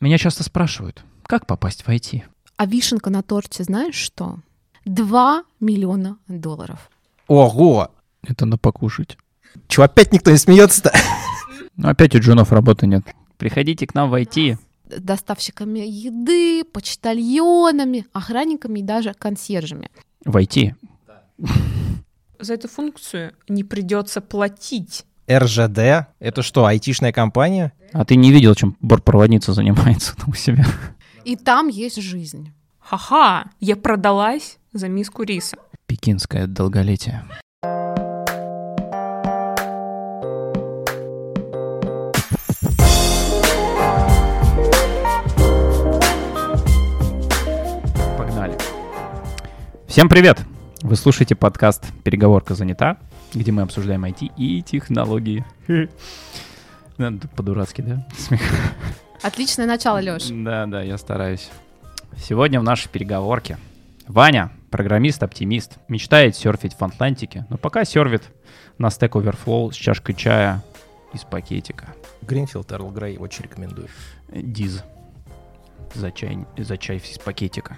Меня часто спрашивают, как попасть в IT? А вишенка на торте, знаешь что? 2 миллиона долларов. Ого! Это на покушать. Чего опять никто не смеется-то? Но опять у джунов работы нет. Приходите к нам в IT. Доставщиками еды, почтальонами, охранниками и даже консьержами. В IT. За эту функцию не придется платить. РЖД? Это что, айтишная компания? А ты не видел, чем бортпроводница занимается там у себя? И там есть жизнь. Ха-ха, я продалась за миску риса. Пекинское долголетие. Погнали. Всем привет! Вы слушаете подкаст «Переговорка занята», где мы обсуждаем IT и технологии. Надо По-дурацки, да? Смех. Отличное начало, Лёш. Да, да, я стараюсь. Сегодня в нашей переговорке Ваня, программист-оптимист, мечтает серфить в Атлантике, но пока сервит на Stack Overflow с чашкой чая из пакетика. Гринфилд Эрл Грей очень рекомендую. Э, Диз. За чай, за чай из пакетика.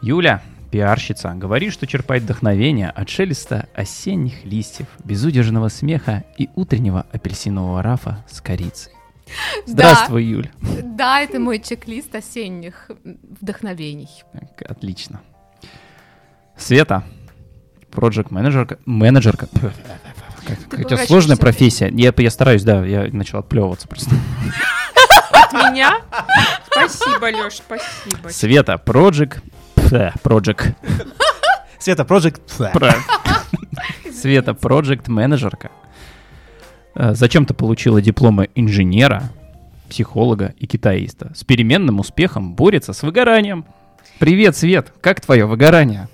Юля, пиарщица, говорит, что черпает вдохновение от шелеста осенних листьев, безудержного смеха и утреннего апельсинового рафа с корицей. Здравствуй, Юль. Да, да, это мой чек-лист осенних вдохновений. Так, отлично. Света, проект менеджерка менеджерка. Пф, как- какая у тебя поворачиваешься. сложная профессия. Я, я стараюсь, да, я начал отплевываться просто. От меня? Спасибо, Лёш, спасибо. Света, э, проджик, проджик, Света, Project... Света, проджект менеджерка. Э, Зачем ты получила дипломы инженера, психолога и китаиста? С переменным успехом борется с выгоранием. Привет, Свет, как твое выгорание?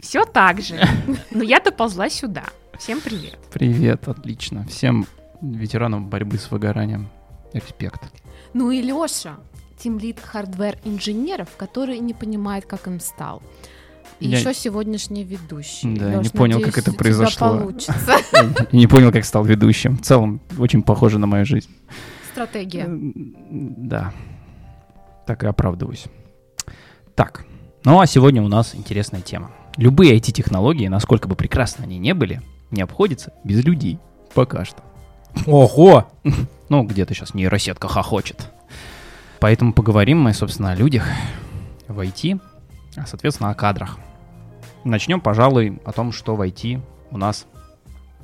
Все так же. Но я доползла сюда. Всем привет. Привет, отлично. Всем ветеранам борьбы с выгоранием. Респект. Ну и Лёша, тимлид хардвер-инженеров, который не понимает, как им стал. И Я- еще сегодняшний ведущий. Да, не понял, как это у тебя произошло. получится. И не понял, как стал ведущим. В целом, очень похоже на мою жизнь. Стратегия. М, Да. Так и оправдываюсь. Так. Ну а сегодня у нас интересная тема. Любые IT-технологии, насколько бы прекрасны они не были, не обходятся без людей. Пока что. Ого! Ну, где-то сейчас нейросетка хохочет. Поэтому поговорим мы, собственно, о людях в IT, а, соответственно, о кадрах. Начнем, пожалуй, о том, что в IT у нас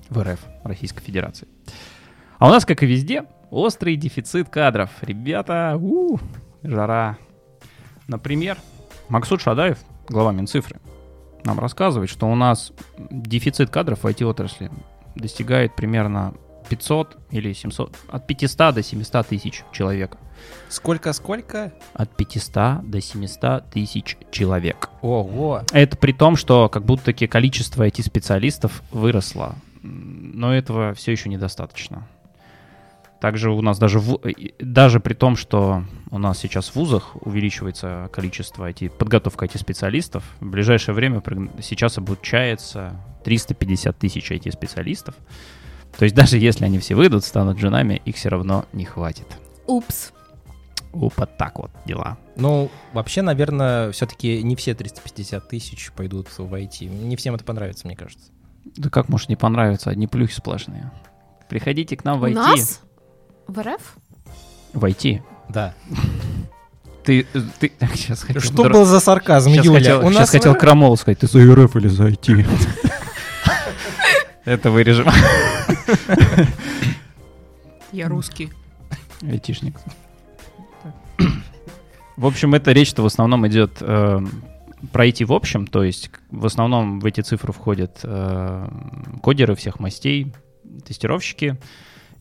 в РФ, Российской Федерации. А у нас, как и везде, острый дефицит кадров. Ребята, у, жара. Например, Максут Шадаев, глава Минцифры, нам рассказывает, что у нас дефицит кадров в IT-отрасли достигает примерно 500 или 700, от 500 до 700 тысяч человек. Сколько-сколько? От 500 до 700 тысяч человек. Ого! Это при том, что как будто-таки количество IT-специалистов выросло. М, Но этого все еще недостаточно. Также у нас даже, в- э, и- даже при том, что у нас сейчас в вузах увеличивается количество IT, подготовка IT-специалистов, в ближайшее время прогн- сейчас обучается 350 тысяч IT-специалистов. То есть даже если они все выйдут, станут женами, их все равно не хватит. Упс. Опа, так вот дела. Ну, вообще, наверное, все-таки не все 350 тысяч пойдут в IT. Не всем это понравится, мне кажется. Да как может не понравиться? Одни плюхи сплошные. Приходите к нам У войти. нас в РФ Войти. Да. ну, Ты, ты, сейчас хотел, Что дура- был за сарказм, сейчас Юля? хотел, У сейчас нас хотел в- Крамолу сказать, ты за РФ или за IT? Это вырежем. Я русский. Айтишник. В общем, эта речь-то в основном идет э, про IT в общем, то есть к- в основном в эти цифры входят э, кодеры всех мастей, тестировщики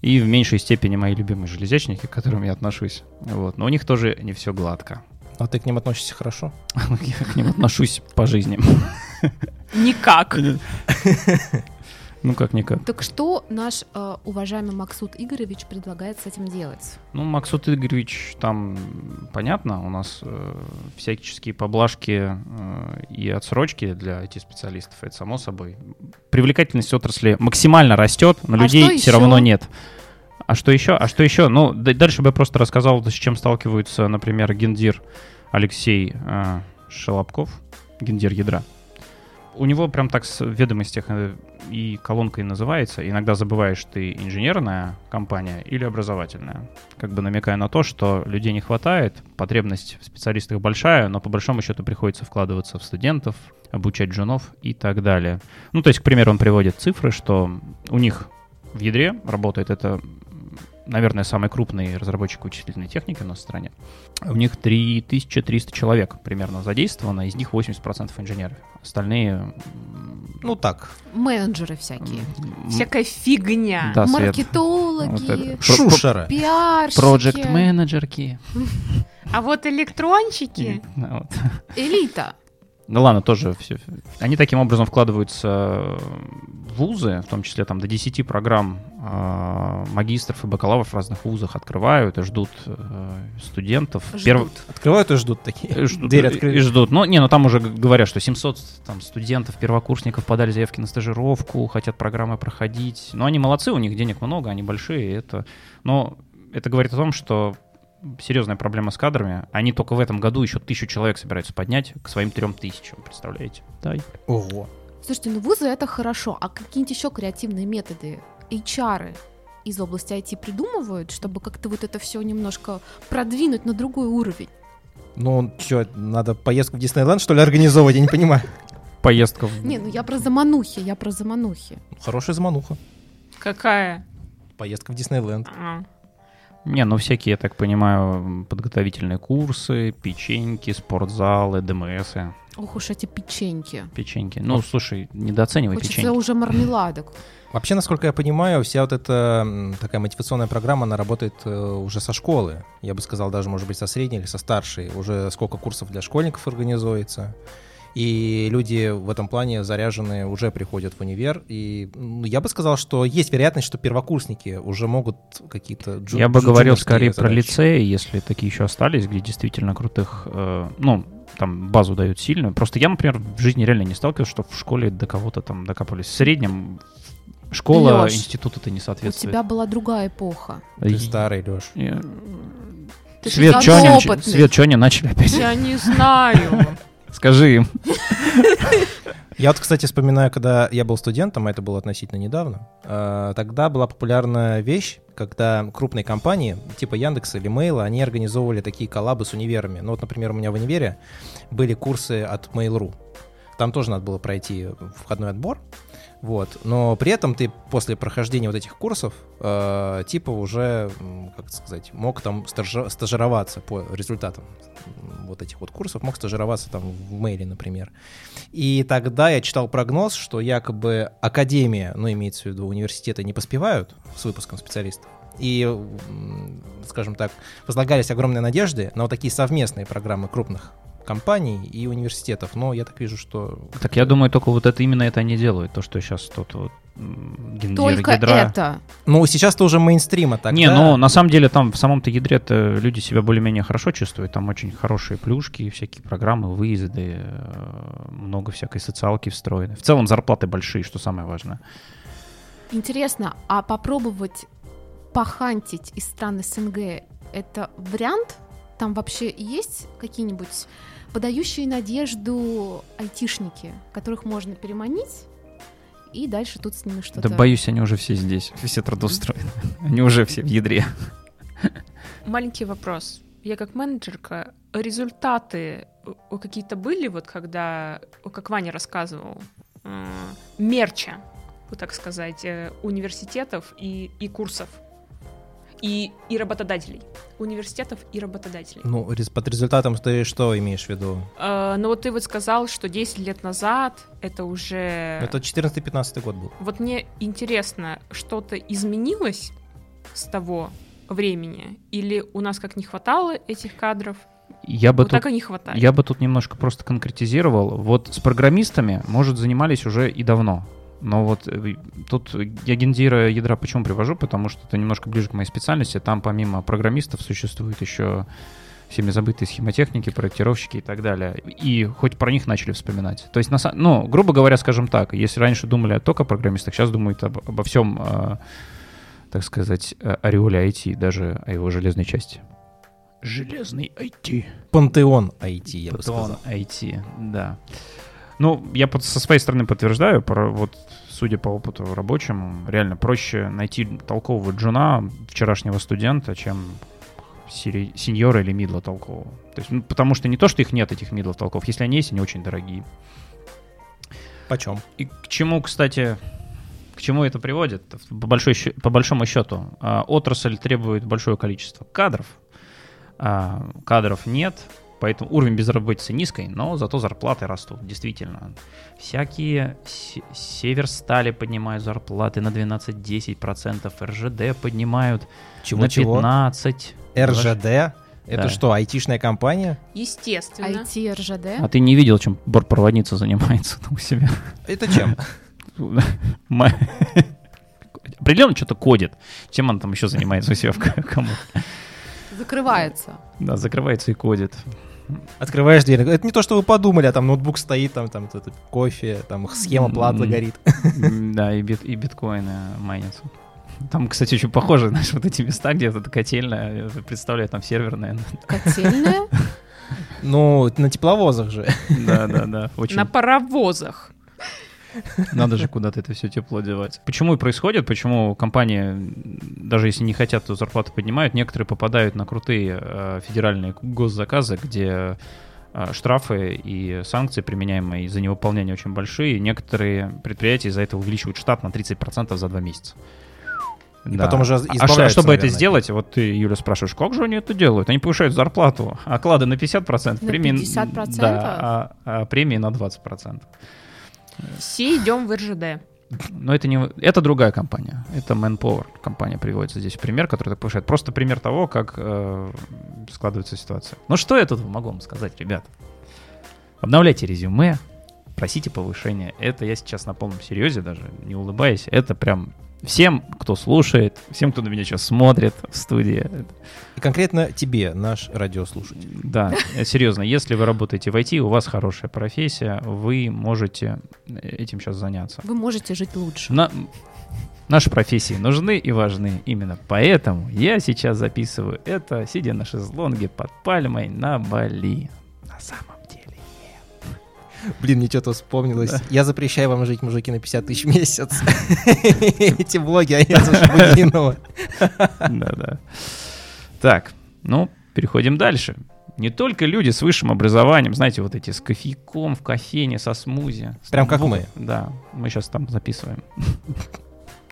и в меньшей степени мои любимые железячники, к которым я отношусь. Вот. Но у них тоже не все гладко. А ты к ним относишься хорошо? Я к ним отношусь по жизни. Никак. Ну, как-никак. Так что наш э, уважаемый Максут Игоревич предлагает с этим делать? Ну, Максут Игоревич, там м, понятно, у нас э, всяческие поблажки э, и отсрочки для IT-специалистов, это само собой. Привлекательность отрасли максимально растет, но А людей что все равно еще? нет. А что еще? А что еще? Ну, д- дальше бы я просто рассказал, с чем сталкиваются, например, гендир Алексей э, Шелобков, гендир ядра. У него прям так с- в ведомостях э, и колонкой называется. Иногда забываешь, ты инженерная компания или образовательная. Как бы намекая на то, что людей не хватает, потребность в специалистах большая, но по большому счету приходится вкладываться в студентов, обучать джунов и так далее. Ну, то есть, к примеру, он приводит цифры, что у них в ядре работает это, наверное, самый крупный разработчик вычислительной техники у нас в стране. У них 3300 человек примерно задействовано, из них 80% инженеров. Остальные... м, Ну так. Менеджеры всякие, м, Всякая фигня. да, Свет. Вот маркетологи, это. Про- Шушеры. пиарщики, Project менеджерки. А вот электрончики. элита. Ну ладно, тоже все. Они таким образом вкладываются в вузы, в том числе там до 10 программ а, магистров и бакалавров в разных вузах открывают и ждут э, студентов. Ждут. Перв- Открывают и ждут такие. И Э, ждут, Э, Дверь и- и открыли. ждут. Ну, не, ну там уже г- говорят, что 700 там, студентов, первокурсников подали заявки на стажировку, хотят программы проходить. Но они молодцы, у них денег много, они большие. и Это... Но это говорит о том, что серьезная проблема с кадрами. Они только в этом году еще тысячу человек собираются поднять к своим трем тысячам, представляете? Да. Ого. Слушайте, ну вузы это хорошо, а какие-нибудь еще креативные методы, HR из области IT придумывают, чтобы как-то вот это все немножко продвинуть на другой уровень. Ну, что, надо поездку в Диснейленд, что ли, организовывать? Я не понимаю. Поездка в... Не, ну я про заманухи, я про заманухи. Хорошая замануха. Какая? Поездка в Диснейленд. А. Не, ну всякие, я так понимаю, подготовительные курсы, печеньки, спортзалы, ДМСы. Ох уж эти печеньки. Печеньки. Ну, слушай, недооценивай Хочется печеньки. уже мармеладок. Вообще, насколько я понимаю, вся вот эта м, такая мотивационная программа, она работает э, уже со школы. Я бы сказал, даже, может быть, со средней или со старшей. Уже сколько курсов для школьников организуется. И люди в этом плане заряженные уже приходят в универ. И м, я бы сказал, что есть вероятность, что первокурсники уже могут какие-то... джу- Я бы джу- говорил джуновские скорее про задачи. лицеи, если такие еще остались, где действительно крутых, э, ну, там базу дают сильную. Просто я, например, в жизни реально не сталкивался, что в школе до кого-то там докопались. В среднем школа, Лёш, институт это не У соответствует. тебя была другая эпоха. Ты старый, Леш. Я- Ты Свет, же чё они, нач- опытный. Свет, чё они начали опять? Я не знаю. Скажи им. Я вот, кстати, вспоминаю, когда я был студентом, а это было относительно недавно, э, тогда была популярная вещь, когда крупные компании, типа Яндекса или Мейла, они организовывали такие коллабы с универами. Ну вот, например, у меня в универе были курсы от Mail.ru. Там тоже надо было пройти входной отбор. Вот. Но при этом ты после прохождения вот этих курсов, э, типа уже, м, как это сказать, мог там стажи- стажироваться по результатам м, вот этих вот курсов, мог стажироваться там в мейле, например. И тогда я читал прогноз, что якобы академия, ну имеется в виду университеты, не поспевают с выпуском специалистов. И, м, скажем так, возлагались огромные надежды на вот такие совместные программы крупных компаний и университетов. Но я так вижу, что Так я думаю, только вот это именно это они делают, то, что сейчас тут вот м, гендир, Только ядра. это. Ну, сейчас-то уже мейнстрима тогда. Не, ну на самом деле там в самом-то ядре-то люди себя более-менее хорошо чувствуют. Там очень хорошие плюшки, всякие программы, выезды, э, много всякой социалки встроены. В целом зарплаты большие, что самое важное. Интересно, а попробовать похантить из стран СНГ это вариант? Там вообще есть какие-нибудь подающие надежду айтишники, которых можно переманить? И дальше тут с ними что-то. Да боюсь, они уже все здесь, все трудоустроены. Они уже все в ядре. Маленький вопрос. Я как менеджерка, результаты э, какие-то были, вот когда, э, как Ваня рассказывал, э, мерча, вот так сказать, э, университетов и, и курсов, и, и работодателей. Университетов и работодателей. Ну, рез- под результатом ты что имеешь в виду? Э, но вот ты вот сказал, что 10 лет назад это уже... Это 14-15 год был. Вот мне интересно, что-то изменилось с того времени? Или у нас как не хватало этих кадров? Я бы вот тут Ну, так и не хватает. Я бы тут немножко просто конкретизировал. Вот с программистами, может, занимались уже и давно. Но вот э, тут я гендира ядра почему привожу? Потому что это немножко ближе к моей специальности. Там помимо программистов существуют еще всеми забытые схемотехники, проектировщики и так далее. И хоть про них начали вспоминать. То есть, на, са- ну, грубо говоря, скажем так, если раньше думали только о программистах, сейчас думают об- обо всем э, так сказать, э, ореоле IT, даже о его железной части. Железный IT. Пантеон IT, я бы Патреон сказал. IT, да. Ну, я под- со своей стороны подтверждаю, про- вот судя по опыту рабочему, реально проще найти толкового джуна, вчерашнего студента, чем сери- сеньора или мидла толкового. То есть, ну, потому что не то, что их нет, этих мидлов толков. Если они есть, они очень дорогие. Почем? И к чему, кстати, к чему это приводит? По, большой щ- по большому счету, а, отрасль требует большое количество кадров. А, Кадров нет, поэтому уровень безработицы низкий, но зато зарплаты растут, действительно. Всякие се- Северстали поднимают зарплаты на 12-10%, РЖД поднимают на Чего-чего? 15%. РЖД? Да. Это что, айтишная компания? Естественно. IT, РЖД. А ты не видел, чем бортпроводница занимается там у себя? Это чем? Ма- Определенно что-то кодит. Чем она там еще занимается у себя в к- кому? Закрывается. Да, закрывается и кодит. Открываешь дверь, это не то, что вы подумали, а там ноутбук стоит, там, там этот кофе, там схема платы М. горит. М, Да, и, бит, и биткоины майнятся. Там, кстати, очень похоже, знаешь, вот эти места, где это котельная, я представляю, там сервер, наверное. Котельная. Ну, на тепловозах же. Да, да, да. Очень На паровозах. Надо же куда-то это все тепло девать. Почему и происходит, почему компании, даже если не хотят, то зарплату поднимают, некоторые попадают на крутые э, федеральные госзаказы, где э, штрафы и санкции, применяемые за невыполнение, очень большие. Некоторые предприятия из-за этого увеличивают штат на 30% за два месяца. И потом уже А, что- а избавляются, чтобы это наверное. сделать, вот ты, Юля, спрашиваешь, как же они это делают? Они повышают зарплату, оклады на 50%, На премии, 50%? Да, а- а премии на 20%. Все идем в РЖД. Но это не... Это другая компания. Это Manpower компания приводится здесь в пример, которая так повышает. Просто пример того, как э, складывается ситуация. Ну что я тут могу вам сказать, ребят? Обновляйте резюме, просите повышения. Это я сейчас на полном серьезе даже, не улыбаясь. Это прям всем, кто слушает, всем, кто на меня сейчас смотрит в студии, И конкретно тебе, наш радиослушатель. да, э, серьезно, если вы работаете в IT, у вас хорошая профессия, вы можете э, этим сейчас заняться. Вы можете жить лучше. На- Наши профессии нужны и важны. Именно поэтому я сейчас записываю это, сидя на шезлонге под пальмой на Бали. На самом деле. Блин, мне что-то вспомнилось. Я запрещаю вам жить, мужики, на 50 тысяч в месяц. Эти блоги, а я за Шабудинова. Да-да. Так, ну, переходим дальше. Не только люди с высшим образованием, знаете, вот эти с кофейком в кофейне, со смузи. с Прям как ноутбуком. Да, мы сейчас там записываем.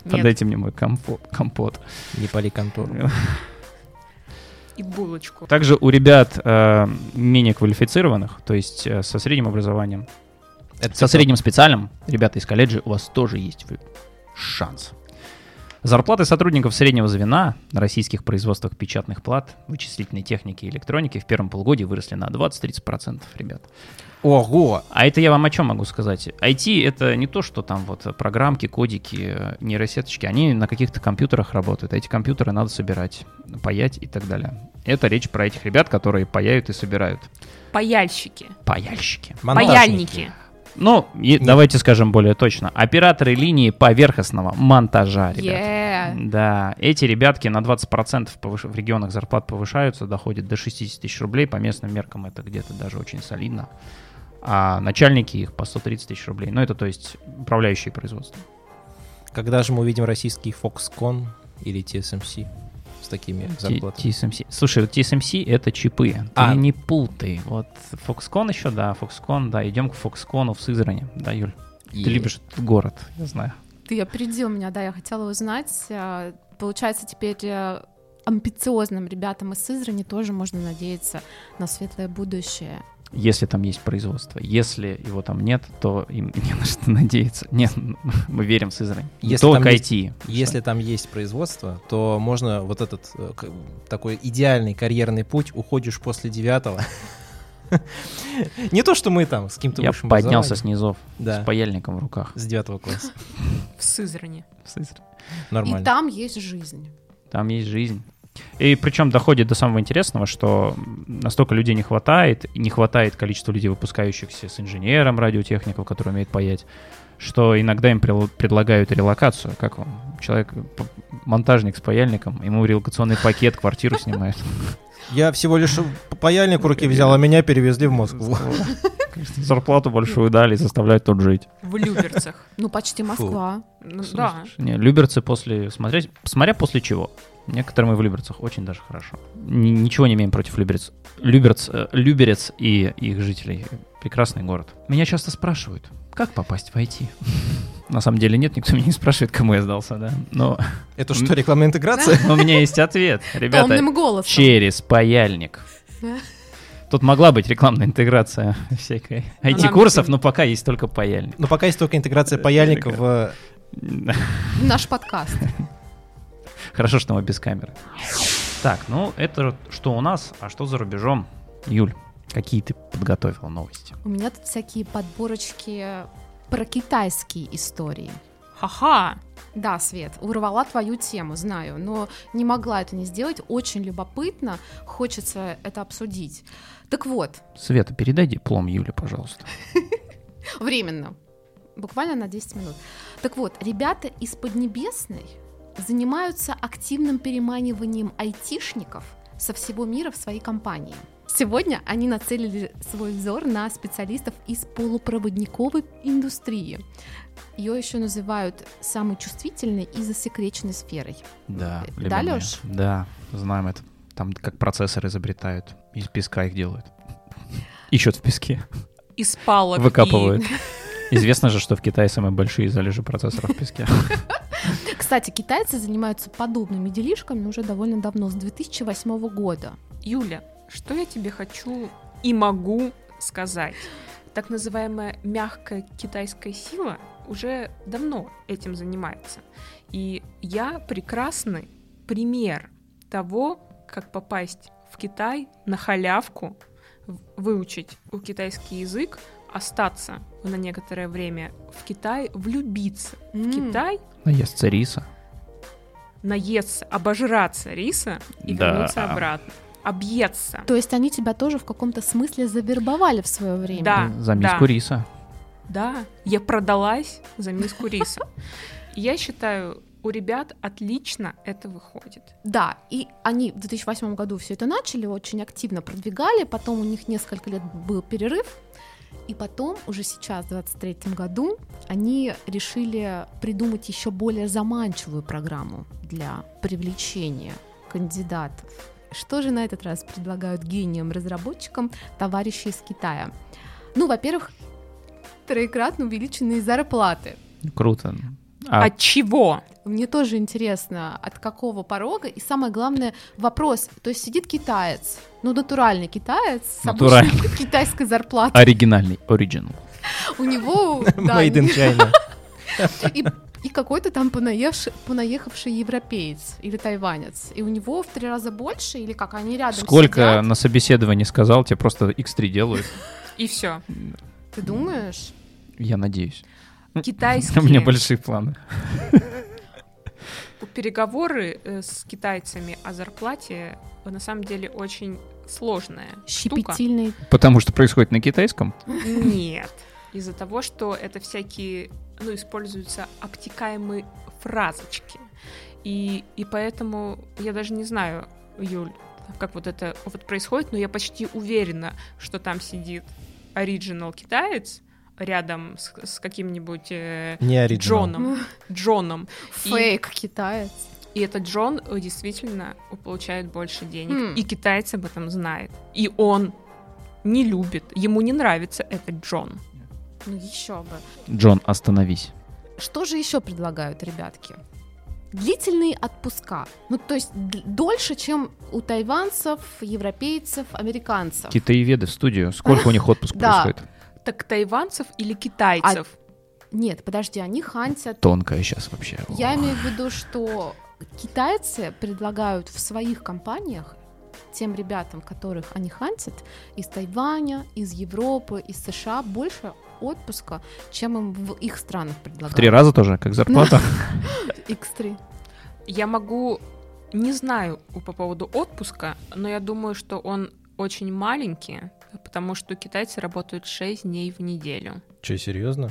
Нет, Подайте мне мой компо- компот. Не пали контору. и булочку. Также у ребят э, менее квалифицированных, то есть э, со средним образованием, Это со средним специальным, ребята из колледжа, у вас тоже есть вы- шанс. Зарплаты сотрудников среднего звена на российских производствах печатных плат, вычислительной техники и электроники в первом полугодии выросли на 20-30%, ребят. Ого! А это я вам о чем могу сказать? IT это не то, что там вот программки, кодики, э, нейросеточки, они на каких-то компьютерах работают, а эти компьютеры надо собирать, паять и так далее. Это речь про этих ребят, которые паяют и собирают. Паяльщики. Паяльщики. Паяльники. Ну, и давайте скажем более точно. Операторы линии поверхностного монтажа, ребят. Yeah. Да, эти ребятки на 20% повыш- в регионах зарплат повышаются, доходят до 60 тысяч рублей, по местным меркам это где-то даже очень солидно. А начальники их по 130 тысяч рублей. Ну, это то есть управляющие производством. Когда же мы увидим российский Foxconn или TSMC с такими зарплатами? TSMC. эм Слушай, вот TSMC это чипы. Ты А. не путай. Вот Foxconn еще, да, Foxconn, да, идем к Foxconn в Сызрани. Да, Юль, ты любишь этот город, я знаю. Ты опередил меня, да, я хотела узнать. а, Получается, теперь э, амбициозным ребятам из Сызрани тоже можно надеяться на светлое будущее. если там есть производство. Если его там нет, то им не на что надеяться. Нет, мы верим в Сызрань. Не Если Только там есть- IT. Если там есть производство, то можно вот этот э, к- такой идеальный карьерный путь уходишь после девятого. Не то, что мы там с кем-то Я высшим поднялся с образованием. низов Да. с паяльником в руках с девятого класса. В Сызрани. в Сызрани. И Нормально. там есть жизнь. Там есть жизнь. И причем доходит до самого интересного, что настолько людей не хватает, и не хватает количества людей, выпускающихся с инженером, радиотехников, которые умеют паять, что иногда им прел- предлагают релокацию. Как вам человек, п- монтажник с паяльником, ему релокационный пакет, квартиру снимает. Я всего лишь паяльник в руки взял, а меня перевезли в Москву. Зарплату большую дали и заставляют тут жить. в Люберцах. Ну, почти Москва. Ну, да. Не, люберцы после... Смотреть, смотря после чего. Некоторым и в Люберцах очень даже хорошо. Ни- ничего не имеем против Люберец. Люберц, э, Люберец и их жителей. Прекрасный город. Меня часто спрашивают, как попасть в IT? На самом деле нет, никто меня не спрашивает, кому я сдался, да. Но Это что, рекламная интеграция? у меня есть ответ. Ребята, Томным голосом. Через паяльник. Да. Тут могла быть рекламная интеграция всякой нам IT-курсов, всем- но пока есть только паяльник. Но пока есть только интеграция паяльника в... Наш подкаст. Хорошо, что мы без камеры. Так, ну это что у нас, а что за рубежом? Юль, какие ты подготовила новости? У меня тут всякие подборочки про китайские истории. Ха-ха. Да, Свет, урвала твою тему, знаю, но не могла это не сделать. Очень любопытно, хочется это обсудить. Так вот, Света, передай диплом Юле, пожалуйста. временно, буквально на 10 минут. Так вот, ребята из Поднебесной занимаются активным переманиванием айтишников со всего мира в свои компании. Сегодня они нацелили свой взор на специалистов из полупроводниковой индустрии. Ее еще называют самой чувствительной и засекреченной сферой. Да, Да, любимая. Лёш? Да, знаем это. Там как процессор изобретают, из песка их делают. Ищут в песке. Из палок. и- Выкапывают. Известно же, что в Китае самые большие залежи процессоров в песке. Кстати, китайцы занимаются подобными делишками уже довольно давно, с 2008 года. Юля, что я тебе хочу и могу сказать? Так называемая мягкая китайская сила уже давно этим занимается. И я прекрасный пример того, как попасть в Китай на халявку, в- выучить у китайский язык, остаться на некоторое время в Китае, влюбиться в Китай, Наестся риса. наесться, обожраться риса и Да. вернуться обратно. Объесться. То есть они тебя тоже в каком-то смысле завербовали в свое время. Да, За миску да. риса. Да, я продалась за миску риса. Я считаю, у ребят отлично это выходит. Да, и они в 2008 году все это начали, очень активно продвигали, потом у них несколько лет был перерыв, и потом уже сейчас, в 2023 году, они решили придумать еще более заманчивую программу для привлечения кандидатов. Что же на этот раз предлагают гениям-разработчикам товарищи из Китая? Ну, во-первых, троекратно увеличенные зарплаты. Круто. А, От чего? Мне тоже интересно, от какого порога, и самое главное, вопрос, то есть сидит китаец, ну, натуральный китаец, с Натуральный. обычной китайской зарплатой, оригинальный, оригинал. у него, да, Made in China. и, и какой-то там понаевший- понаехавший европеец или тайванец, и у него в три раза больше, или как, они рядом Сколько сидят? на собеседовании сказал, тебе просто x3 делают. И все. ты думаешь? Я надеюсь. У меня Китайские большие планы. переговоры э, с китайцами о зарплате э, на самом деле очень сложная штука. Щепетильный, Потому что происходит на китайском. Нет. Из-за того, что это всякие, ну, используются обтекаемые фразочки. И, и поэтому я даже не знаю, Юль, как вот это вот происходит, но я почти уверена, что там сидит оригинал китаец рядом с, с каким-нибудь э, Не оригинал. Джоном. Джоном. И- фейк китаец. И этот Джон э, действительно получает больше денег. Хм. И китаец об этом знает. И он не любит, ему не нравится этот Джон. Ну, еще бы. Джон, остановись. Что же еще предлагают ребятки? Длительные отпуска. Ну, то есть д- дольше, чем у тайванцев, европейцев, американцев. Китаеведы в студию. Сколько у них отпуск Да. происходит? Так тайванцев или китайцев? Нет, подожди, они хантят. Тонкая сейчас вообще. Я имею в виду, что китайцы предлагают в своих компаниях тем ребятам, которых они хантят, из Тайваня, из Европы, из США, больше отпуска, чем им в их странах В предлагают. три раза тоже, как зарплата. X3. Я могу... Не знаю по поводу отпуска, но я думаю, что он очень маленький, потому что китайцы работают 6 дней в неделю. Че, серьезно?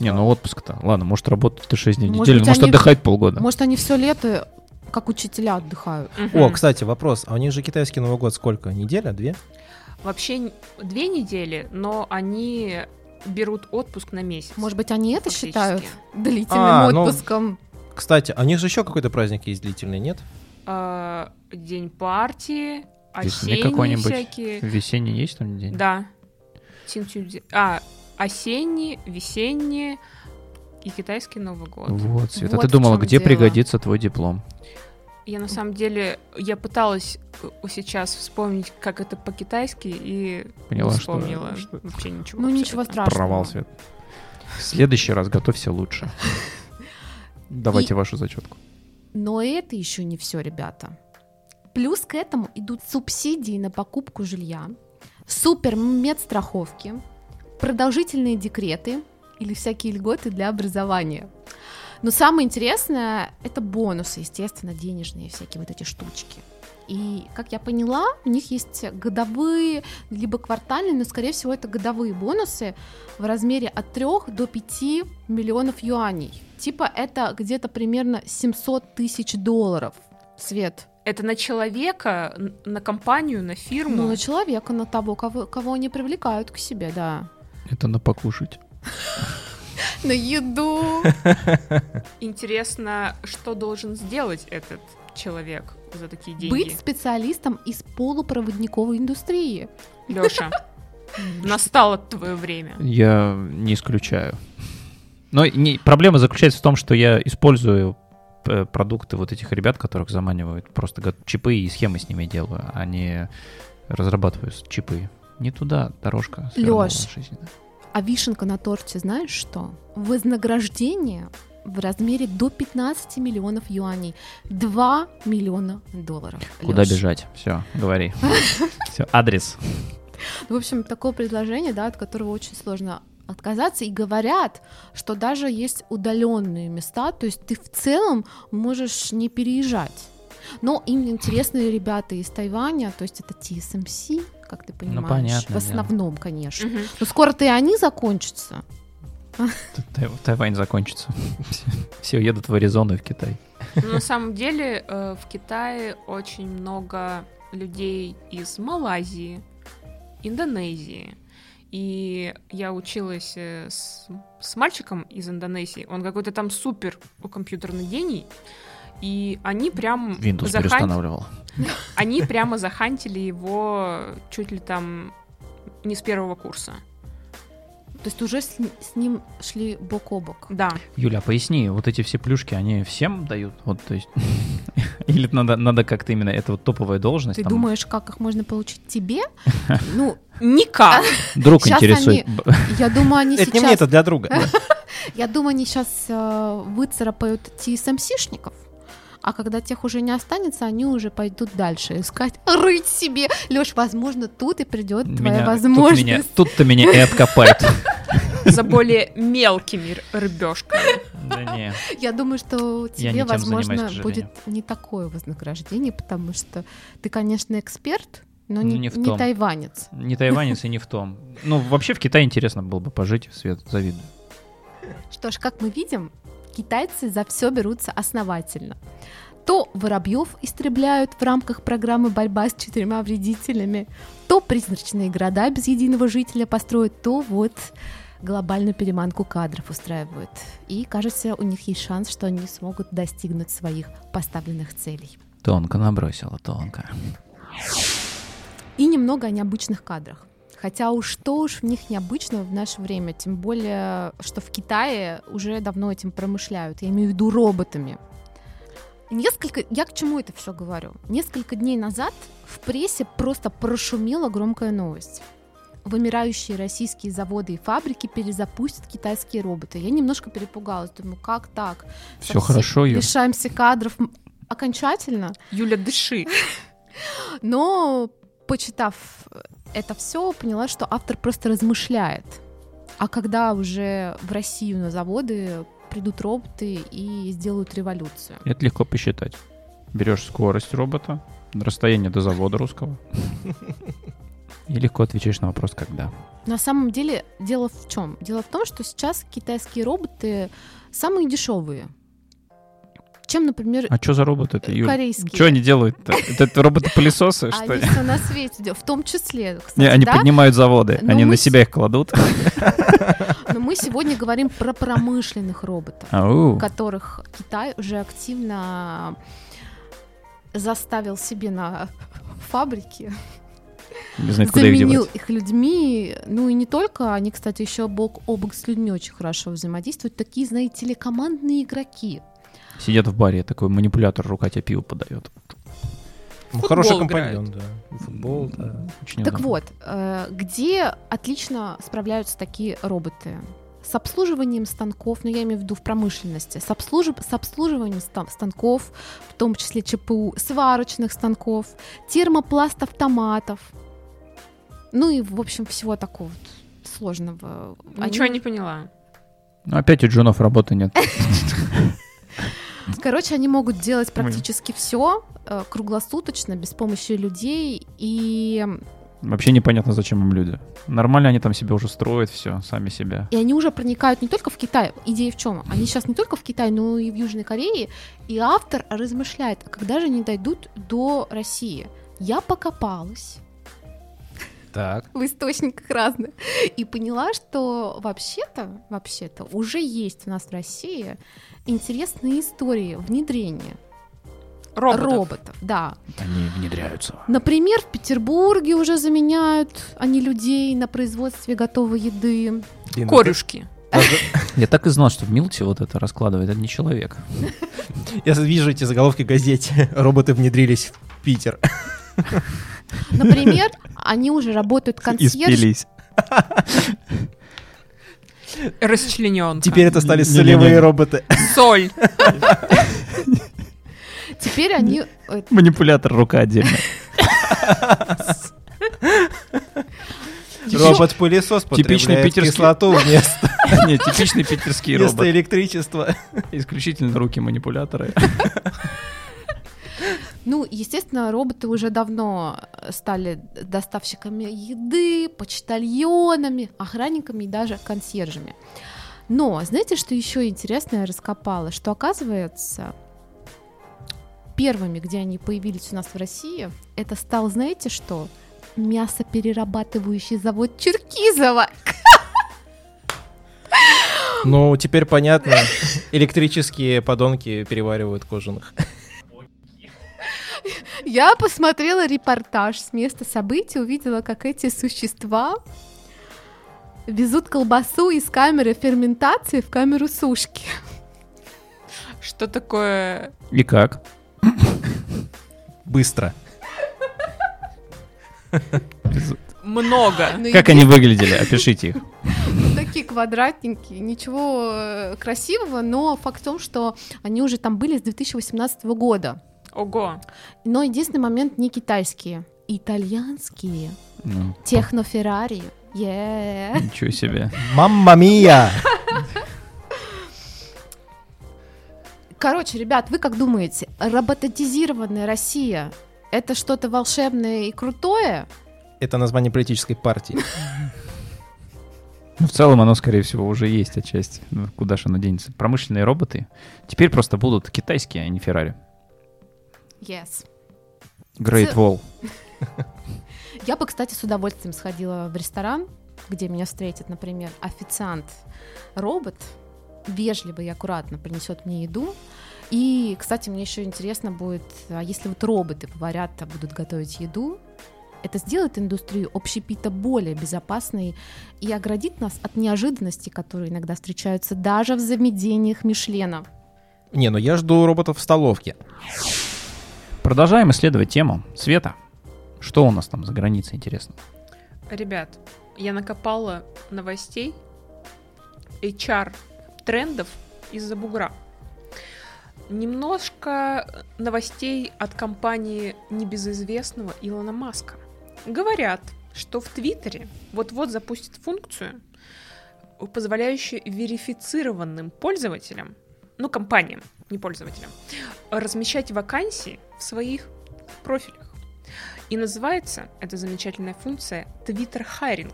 Не, ну отпуск-то. Ладно, может, работать ты 6 дней в Может неделю, быть, может, они- отдыхать полгода. Может, они все лето, как учителя, отдыхают. Мгм. О, кстати, вопрос. А у них же китайский Новый год сколько? Неделя? Две? Вообще н- две недели, но они берут отпуск на месяц. Может быть, они это Фактически. считают длительным А, ну, отпуском? Кстати, а у них же еще какой-то праздник есть длительный, нет? А, день партии, Весны осенние какой-нибудь. всякие. Весенний есть там день? Да. Синтюдзи- А, осенний, весенний и китайский Новый год. Вот, Света, Вот ты в думала, чем где дело. пригодится твой диплом? Я на самом деле, я пыталась э, сейчас вспомнить, как это по-китайски, и Поняла, не что- вспомнила вообще ничего. Ну, ничего абсолютно. страшного. Провал, Свет. В следующий раз готовься лучше. Давайте И- вашу зачетку. Но это еще не все, ребята. Плюс к этому идут субсидии на покупку жилья, супер медстраховки, продолжительные декреты или всякие льготы для образования. Но самое интересное – это бонусы, естественно, денежные всякие вот эти штучки. И, как я поняла, у них есть годовые, либо квартальные, но, скорее всего, это годовые бонусы в размере от 3 до 5 миллионов юаней. Типа это где-то примерно 700 тысяч долларов. Свет. Это на человека, н- на компанию, на Ну, фирму. на человека, на того, кого, кого они привлекают к себе, да. Это на покушать. На еду. Интересно, что должен сделать этот человек за такие деньги? Быть специалистом из полупроводниковой индустрии. Лёша, настало твое время. Я не исключаю. Но не- проблема заключается в том, что я использую э, продукты вот этих ребят, которых заманивают. Просто го- чипы и схемы с ними делаю, а не разрабатываю с- чипы. Не туда дорожка. свернула Лёш. в жизни. А вишенка на торте, знаешь что? Вознаграждение в размере до 15 миллионов юаней. 2 миллиона долларов. Куда Лёш. бежать? Все, говори. Все, адрес. Ну, В общем, такое предложение, да, от которого очень сложно отказаться. И говорят, что даже есть удаленные места, то есть ты в целом можешь не переезжать. Но им интересные ребята из Тайваня, то есть это TSMC, как ты понимаешь, понятно, в да. основном, конечно. Мгм. Но скоро-то и они закончатся. Тай- Тайвань закончится. Все едут в Аризону и в Китай. Но На самом деле э, в Китае очень много людей из Малайзии, Индонезии. И я училась э, с, с мальчиком из Индонезии. Он какой-то там супер компьютерный гений. И они прям Windows захань- переустанавливал. они прямо захантили его чуть ли там не с первого курса. То есть уже с, ним- с ним шли бок о бок. Да. Юля, поясни, вот эти все плюшки, они всем дают? Вот, то есть... Или надо, надо как-то именно, это вот топовая должность? Ты там думаешь, как их можно получить тебе? Ну, Никак. Друг Сейчас интересует. Б- я думаю, они Это не мне, сейчас... это для друга. Я думаю, они сейчас выцарапают TSMC-шников, а когда тех уже не останется, они уже пойдут дальше искать, рыть себе. Лёш, возможно, тут и придет твоя меня- возможность. Тут, меня, тут-то меня и откопают. За более мелкими рыбешками. Да не. Я думаю, что Я не тем тебе, занимаюсь, к возможно, сожалению. будет не такое вознаграждение, потому что ты, конечно, эксперт, но Ну, не, не в не том. тайванец. Не тайванец и не в том. Ну, вообще в Китае интересно было бы пожить, Свет, завидую. Что ж, как мы видим, китайцы за все берутся основательно. То воробьев истребляют в рамках программы «Борьба с четырьмя вредителями», то призрачные города без единого жителя построят, то вот глобальную переманку кадров устраивают. И, кажется, у них есть шанс, что они смогут достигнуть своих поставленных целей. Тонко набросила, тонко. И немного о необычных кадрах. Хотя уж что уж в них необычного в наше время, тем более, что в Китае уже давно этим промышляют, я имею в виду роботами. Несколько, я к чему это все говорю? Несколько дней назад в прессе просто прошумела громкая новость. Вымирающие российские заводы и фабрики перезапустят китайские роботы. Я немножко перепугалась, думаю, как так? Все хорошо, Юля. Лишаемся кадров м- окончательно? Юля, дыши. Но, почитав это все, поняла, что автор просто размышляет. А когда уже в Россию на заводы придут роботы и сделают революцию? Это легко посчитать. Берешь скорость робота, расстояние до завода русского, И легко отвечаешь на вопрос, когда. На самом деле дело в чем? Дело в том, что сейчас китайские роботы самые дешевые. Чем, например, А что за роботы это, Юля? корейские. Что они делают-то? Это, это роботы-пылесосы, А, что Они ли? все на свете, дел- в том числе, кстати, Не, они да? поднимают заводы, Ну, они мы на с- себя их кладут. Но мы сегодня говорим про промышленных роботов, Ау. которых Китай уже активно заставил себе на фабрике, Не знаю, Ну куда их заменил девать. их, людьми. Ну и не только, они, кстати, еще бок о бок с людьми очень хорошо взаимодействуют. Такие, знаете, ли, командные игроки. Сидят в баре, такой манипулятор, рука тебе пиво подает. Ну, Футбол хороший играет. компаньон, да. Футбол, да. Очень Так удобно. вот, э, где отлично справляются такие роботы? С обслуживанием станков, ну я имею в виду в промышленности, с, обслужив- с обслуживанием стан- станков, в том числе ЧПУ, сварочных станков, автоматов, ну и, в общем, всего такого вот сложного. Ничего Они- А не поняла. Ну, опять у джунов работы нет. Короче, они могут делать практически все круглосуточно, без помощи людей, и, Вообще непонятно, зачем им люди. Нормально они там себе уже строят все, сами себя. и они уже проникают не только в Китай. Идея в чем? Они сейчас не только в Китае, но и в Южной Корее. И автор размышляет, а когда же они дойдут до России? Я покопалась Так. в источниках разных и поняла, что вообще-то, вообще-то уже есть у нас в России интересные истории внедрения Роботов. роботов да. Они внедряются. Например, в Петербурге уже заменяют они людей на производстве готовой еды. Блин, Корюшки. Я так и знал, что в Милте вот это раскладывает, это не человек. это- Я вижу эти заголовки в газете. Роботы внедрились в Питер. Например, они уже работают консьерж... Расчлененка. Теперь это стали Не-не-не. солевые роботы. Соль. Теперь они... э, Манипулятор рука отдельно. Робот-пылесос типичный потребляет питерский- кислоту вместо Не, типичный питерский вместо робот. электричества. Исключительно руки манипуляторы. Ну, естественно, роботы уже давно э, стали доставщиками еды, почтальонами, охранниками и даже консьержами. Но знаете, что еще интересное раскопала? Что оказывается, первыми, где они появились у нас в России, это стал, знаете что? Мясоперерабатывающий завод Черкизова. Ну, теперь понятно. Электрические подонки переваривают кожаных. Я посмотрела репортаж с места событий, увидела, как эти существа везут колбасу из камеры ферментации в камеру сушки. Что такое? И как? Быстро. Много. А? Ну, Как и они выглядели? Опишите их. вот такие квадратненькие, ничего э, красивого, но факт в том, что они уже там были с 2018 года. Ого. Но единственный момент не китайские, итальянские. Ну, Техноферрари. Yeah. Ничего себе. Мамма мия! Короче, ребят, вы как думаете, роботизированная Россия это что-то волшебное и крутое? Это название политической партии. Ну, В целом оно, скорее всего, уже есть отчасти. Ну, куда же оно денется? Промышленные роботы теперь просто будут китайские, а не Феррари. Yes. Great Ц- Wall. Я бы, кстати, с удовольствием сходила в ресторан, где меня встретит, например, официант робот, вежливо и аккуратно принесет мне еду. И, кстати, мне еще интересно будет, а если вот роботы поварят, а будут готовить еду, это сделает индустрию общепита более безопасной и оградит нас от неожиданностей, которые иногда встречаются даже в заведениях Мишлена. Не, ну я жду роботов в столовке. Продолжаем исследовать тему. Света, что у нас там за границей, интересно? Ребят, я накопала новостей HR трендов из-за бугра. Немножко новостей от компании небезызвестного Илона Маска. Говорят, что в Твиттере вот-вот запустит функцию, позволяющую верифицированным пользователям, ну, компаниям, не пользователям, размещать вакансии в своих профилях. И называется эта замечательная функция Twitter Hiring.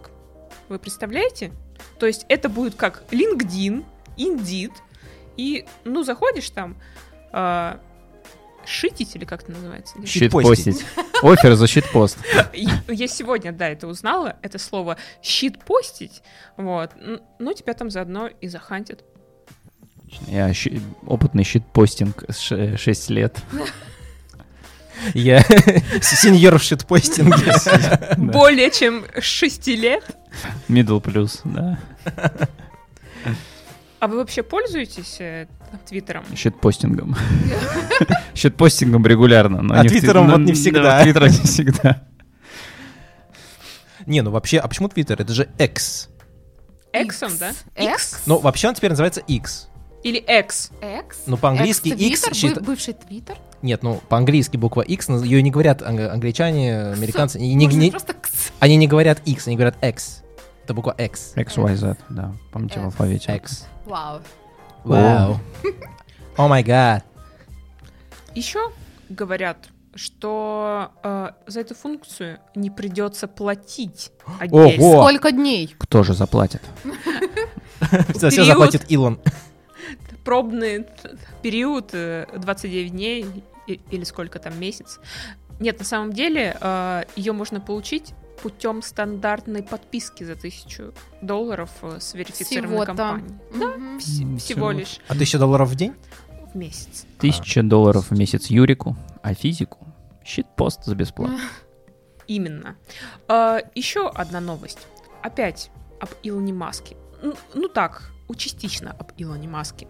Вы представляете? То есть это будет как LinkedIn, Indeed, и, ну, заходишь там, э, шитить или как это называется? Не Щитпостить. Офер за щитпост. я я сегодня, да, это узнала, это слово щит постить, вот, Н- ну тебя там заодно и захантят. Я щи- опытный щитпостинг 6 лет. Я сеньор в щитпостинге. Более чем шести лет. Middle плюс, да. А вы вообще пользуетесь э, там, твиттером? Щитпостингом. Щитпостингом регулярно. но А не в тви- твиттером но- вот не да, всегда. вот Твиттером не всегда. Не, ну вообще, а почему Твиттер? Это же X. Эксом, да? Экс? Ну, вообще он теперь называется X. Или экс? Экс? Ну, по-английски X Экс-твиттер, счита- бы- бывший твиттер. Нет, ну, по-английски буква X, но ее не говорят анг- англичане, американцы. и не- Можно не- просто кс. Они не говорят X, они говорят X. Это буква X. XYZ, да. Помните в X. алфавите. X. Вау. Вау. О май гад. Еще говорят, что э, за эту функцию не придется платить А отдельно. Ого! О. Сколько дней? Кто же заплатит? За все Период. заплатит Илон. Пробный т- период э, 29 дней и- или сколько там месяц. Нет, на самом деле ее можно получить путем стандартной подписки за тысячу долларов э, с верифицированной Всего-то. компанией. Мгм. Вс- М, всего всего. лишь А тысяча долларов в день? в месяц. Тысяча долларов в месяц Юрику, а физику щитпост за бесплатно. Именно. А, еще одна новость. Опять об Илоне Маске. Ну, ну так, у- частично об Илоне Маске.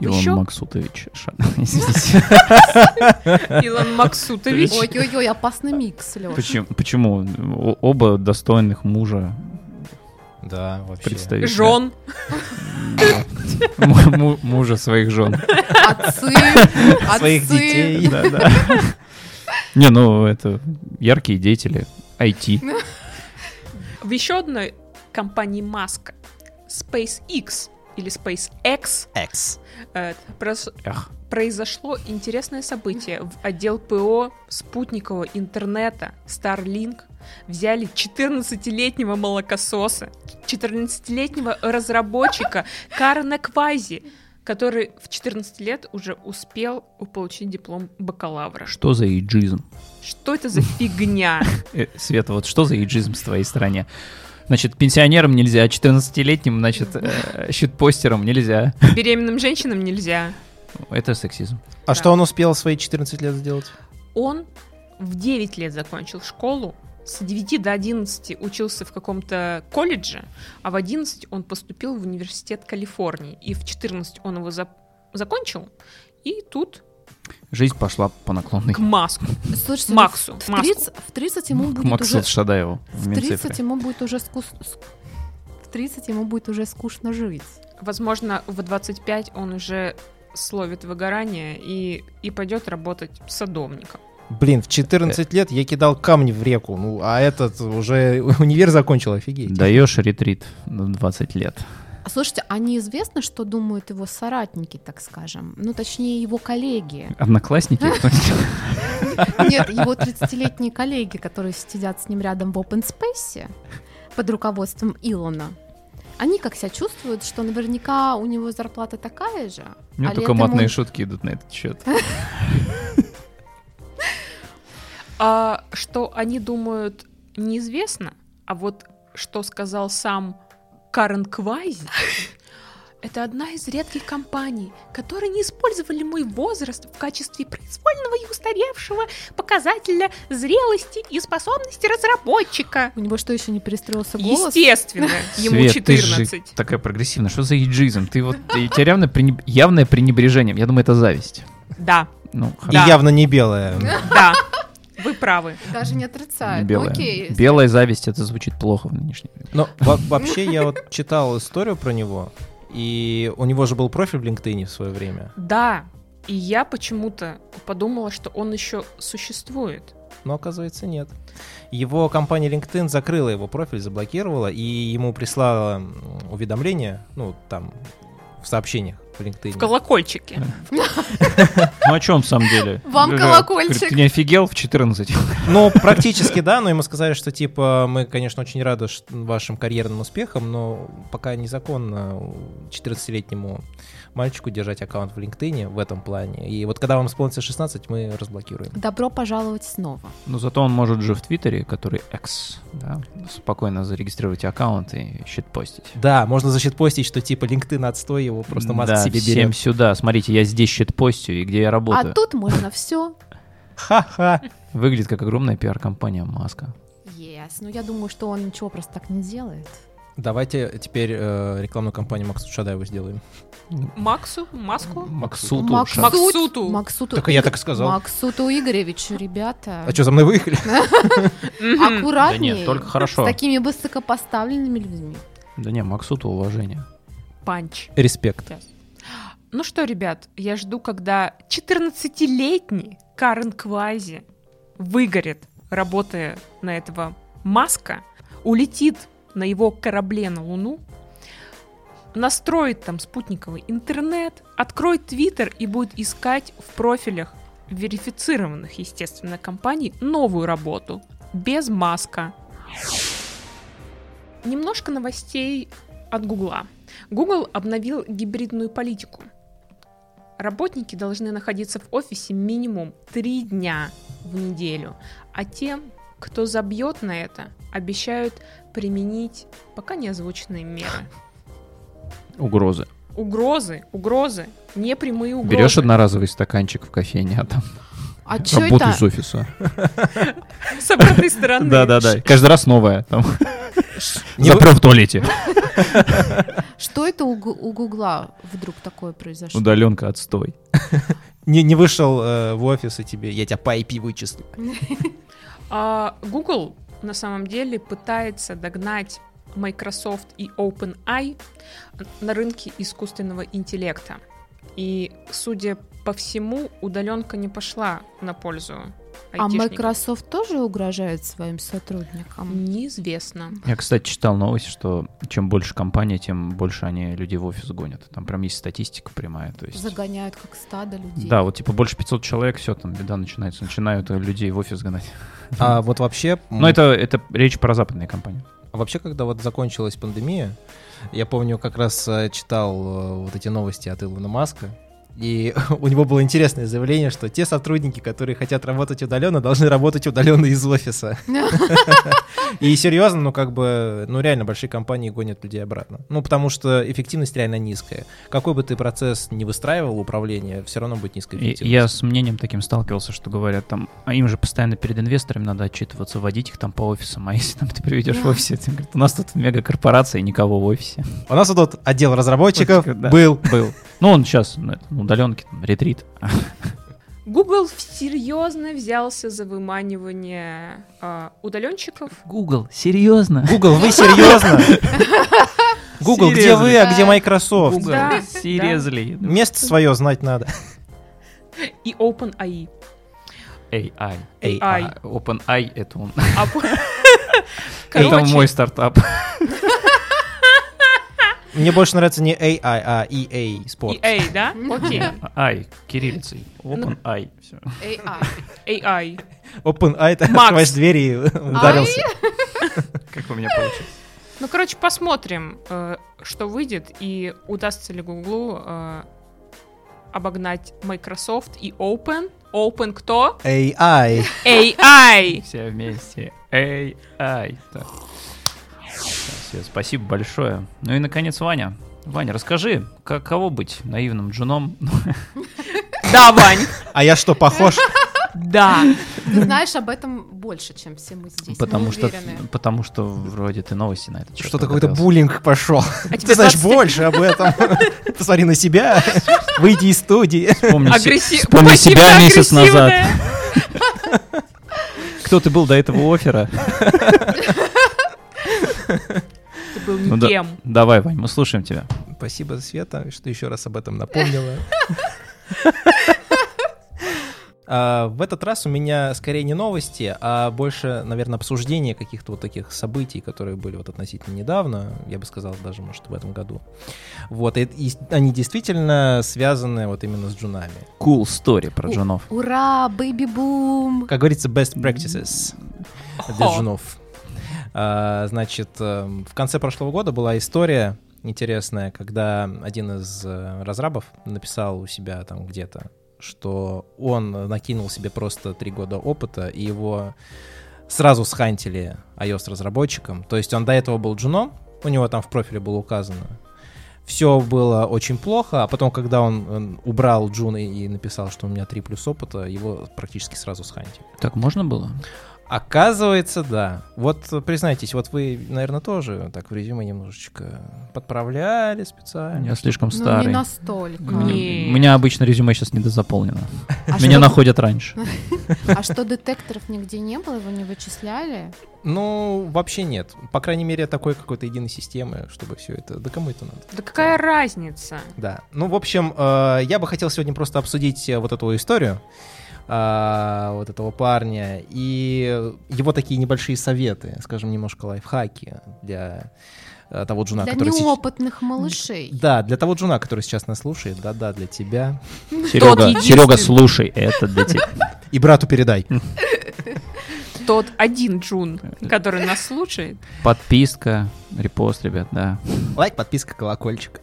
Ну, Илон Еще Максутович. Ша- Извините. Илон Максутович. Ой. Ой-ой-ой, опасный микс, Лёш. Почему? Почему? О- Оба достойных мужа Да, вообще. представителя. Жон. Му- му- Мужа своих жен. Отцы, Своих отцы. детей. Да, да. Не, ну это яркие деятели. IT. Ну. В еще одной компании Маска. SpaceX или SpaceX X. э, прос- Эх. произошло интересное событие. В отдел ПО спутникового интернета Starlink взяли 14-летнего молокососа, 14-летнего разработчика Карена Квази, который в 14 лет уже успел получить диплом бакалавра. Что за эйджизм? Что это за фигня? Э, Света, вот что за эйджизм с твоей стороны? Значит, пенсионерам нельзя, а 14-летним, значит, э, щитпостерам нельзя. Беременным женщинам нельзя. Это сексизм. А что он успел в свои 14 лет сделать? Он в 9 лет закончил школу, с 9 до 11 учился в каком-то колледже, а в 11 он поступил в университет Калифорнии. И в 14 он его за- закончил, и тут Жизнь пошла по наклонной. к маску. Слушайте, ну, Максу. в Маску. 30 в 30 ему К будет Максу уже... Шадаеву в В 30 Минцифре. ему будет уже скучно... В 30 ему будет уже скучно жить. Возможно, в 25 он уже словит выгорание и, и пойдет работать садовником. Блин, в 14 лет я кидал камни в реку, ну, а этот уже универ закончил, офигеть. Даешь ретрит в 20 лет. А Слушайте, а неизвестно, что думают его соратники, так скажем? Ну, точнее, его коллеги. Одноклассники? кто-нибудь? Нет, его 30-летние коллеги, которые сидят с ним рядом в Open Space под руководством Илона. Они как себя чувствуют, что наверняка у него зарплата такая же. У меня а только летом он- матные шутки идут на этот счет. А что они думают, неизвестно. А вот что сказал сам Карен Квайзи, это одна из редких компаний, которые не использовали мой возраст в качестве произвольного и устаревшего показателя зрелости и способности разработчика. У него что, еще не перестроился голос? Естественно, ему Свет, ты же 14. такая прогрессивная. Что за иджизм? Ты вот, у тебя явно пренеб- явное пренебрежение. Я думаю, это зависть. Да, Ну, И хорошо. Да. явно не белая. да, вы правы. Даже не отрицает. Ну, Белая. Окей. Белая зависть, это звучит плохо в нынешнем мире. Но во- вообще я вот читал историю про него, и у него же был профиль в LinkedIn в свое время. Да, и я почему-то подумала, что он еще существует. Но оказывается нет. Его компания LinkedIn закрыла его профиль, заблокировала, и ему прислала м, уведомление, ну там в сообщениях, в LinkedIn. В колокольчике. Ну о чем в самом деле? Вам Говорю, колокольчик. говорит, Ты не офигел в 14? Ну, практически, да, но ему сказали, что, типа, мы, конечно, очень рады ш- вашим карьерным успехам, но пока незаконно 14-летнему мальчику держать аккаунт в LinkedIn в этом плане. И вот когда вам исполнится 16, мы разблокируем. Добро пожаловать снова. Ну зато он может же в Твиттере, который X, да, спокойно зарегистрировать аккаунт и щитпостить. Да, можно защитпостить, что, типа, LinkedIn отстой, его просто Маск да, себе всем берет. сюда. Смотрите, я здесь щитпостю, и где я работаю. А тут можно все. Ха-ха. Выглядит как огромная пиар-компания Маска. Yes. Ну, я думаю, что он ничего просто так не делает. Давайте теперь э, рекламную кампанию Максу Шадаеву сделаем. Максу? Маску? Максуту. Максут. Шар- Максуту. Максуту. Только я так и сказал. Максуту Игоревичу, ребята. А что, за мной выехали? Мгм. Да Аккуратнее. нет, только хорошо. С такими высокопоставленными людьми. Да не, Максуту уважение. Панч. Респект. Ну что, ребят, я жду, когда 14-летний Карен Квази выгорит, работая на этого Маска, улетит на его корабле на Луну, настроит там спутниковый интернет, откроет Твиттер и будет искать в профилях верифицированных, естественно, компаний новую работу без Маска. Немножко новостей от Гугла. Google обновил гибридную политику. Работники должны находиться в офисе минимум три дня в неделю, а тем, кто забьет на это, обещают применить пока не озвученные меры. Угрозы. Угрозы, угрозы, непрямые угрозы. Берешь одноразовый стаканчик в кофейне, а там А что работу это? из офиса. с обратной стороны. Да-да-да. Каждый раз новая. Там Не запрёл в туалете. Что это у Гу- у Гугла вдруг такое Ну произошло? Удаленка отстой. Не, не вышел э, в офис и тебе, я тебя по IP вычислю. А, Google на самом деле пытается догнать Microsoft и OpenAI на рынке искусственного интеллекта. И, судя по всему, удаленка не пошла на пользу А айтишникам. Microsoft тоже угрожает своим сотрудникам? Неизвестно. Я, кстати, читал новость, что чем больше компания, тем больше они людей в офис гонят. Там прям есть статистика прямая. То есть... Загоняют как стадо людей. Да, вот типа больше 500 человек, все, там беда начинается. Начинают э, людей в офис гнать. А вот вообще... м, Но это, это речь про западные компании. А вообще, когда вот закончилась пандемия, я помню, как раз э, читал э, вот эти новости от Илона Маска, и у него было интересное заявление, что те сотрудники, которые хотят работать удаленно, должны работать удаленно из офиса. И серьезно, ну как бы, ну реально большие компании гонят людей обратно. Ну потому что эффективность реально низкая. Какой бы ты процесс не выстраивал управление, все равно будет низкая И- эффективность. Я с мнением таким сталкивался, что говорят там, а им же постоянно перед инвесторами надо отчитываться, водить их там по офисам, а если там ты приведешь в офисе, ты говорит, у нас тут мегакорпорация и никого в офисе. У нас вот тут отдел разработчиков Да. был. Был. Ну, он сейчас на этом, на удаленке, там, ретрит. Google серьезно взялся за выманивание э, удаленщиков. Google, серьезно? Google, вы серьезно? Google, где Серьезно? вы, а где Microsoft? Да, Серьезно? Место свое знать надо. И OpenAI. AI. AI. А, OpenAI это он. А по- Это Короче, мой стартап. Мне больше нравится не AI, а EA Sport. EA, да? Окей. Ай, кириллицей. Ну, OpenAI. Всё. AI. AI. OpenAI это Макс. сквозь двери А и ударился. Как у меня получилось. Ну, короче, посмотрим, э, что выйдет и удастся ли Гуглу э, обогнать Microsoft и Open. Open кто? AI. AI! Все вместе. AI. Так. Всё, спасибо большое. Ну и, наконец, Ваня. Ваня, расскажи, каково быть наивным джуном? Да, Вань, А я что, похож? да. Ты знаешь об этом больше, чем все мы здесь. Потому мы что, уверены. потому что вроде ты новости на этот счёт Что-то какой-то подготовился. буллинг пошел. А тебе Ты знаешь 20 больше об этом. Посмотри на себя. Выйди из студии. Вспомни се- агрессив- вспомни себя месяц назад. пассивно-агрессивная. Кто ты был до этого оффера? Ты был Ну да. никем. Давай, Вань, мы слушаем тебя. Спасибо, Света, что еще раз об этом напомнила. А, в этот раз у меня скорее не новости, а больше, наверное, обсуждение каких-то вот таких событий, которые были вот относительно недавно, я бы сказал, даже, может, в этом году. Вот, и, и они действительно связаны вот именно с джунами. Cool story про джунов. Ура, Ну, бэйби-бум! Как говорится, best practices для Хо. джунов. А, значит, эм, в конце прошлого года была история интересная, когда один из э, разрабов написал у себя там где-то, что он накинул себе просто три года опыта, и его сразу схантили iOS-разработчиком. То есть он до этого был джуном, у него там в профиле было указано. Все было очень плохо, а потом, когда он, он убрал джуна и написал, что у меня три плюс опыта, его практически сразу схантили. Так можно было? Оказывается, да. Вот э, признайтесь, вот вы, наверное, тоже так в резюме немножечко подправляли специально. Я слишком Ну, не старый. настолько. У меня- Нет. У меня обычно резюме сейчас недозаполнено. А Меня что- находят раньше. А что детекторов нигде не было, его не вычисляли? Ну, вообще нет. По крайней мере, такой какой-то единой системы, чтобы все это... Да кому это надо? Да какая разница? Да. Ну, в общем, э, я бы хотел сегодня просто обсудить э, вот эту историю э, вот этого парня и его такие небольшие советы, скажем, немножко лайфхаки для э, того джуна, Для который... сейчас- неопытных малышей. Да, для того джуна, который сейчас нас слушает, да-да, для тебя. Серега, единственный. Серега, слушай, это для тебя. И брату передай. Тот один Джун, который нас слушает. Подписка, репост, ребят, да. Лайк, подписка, колокольчик.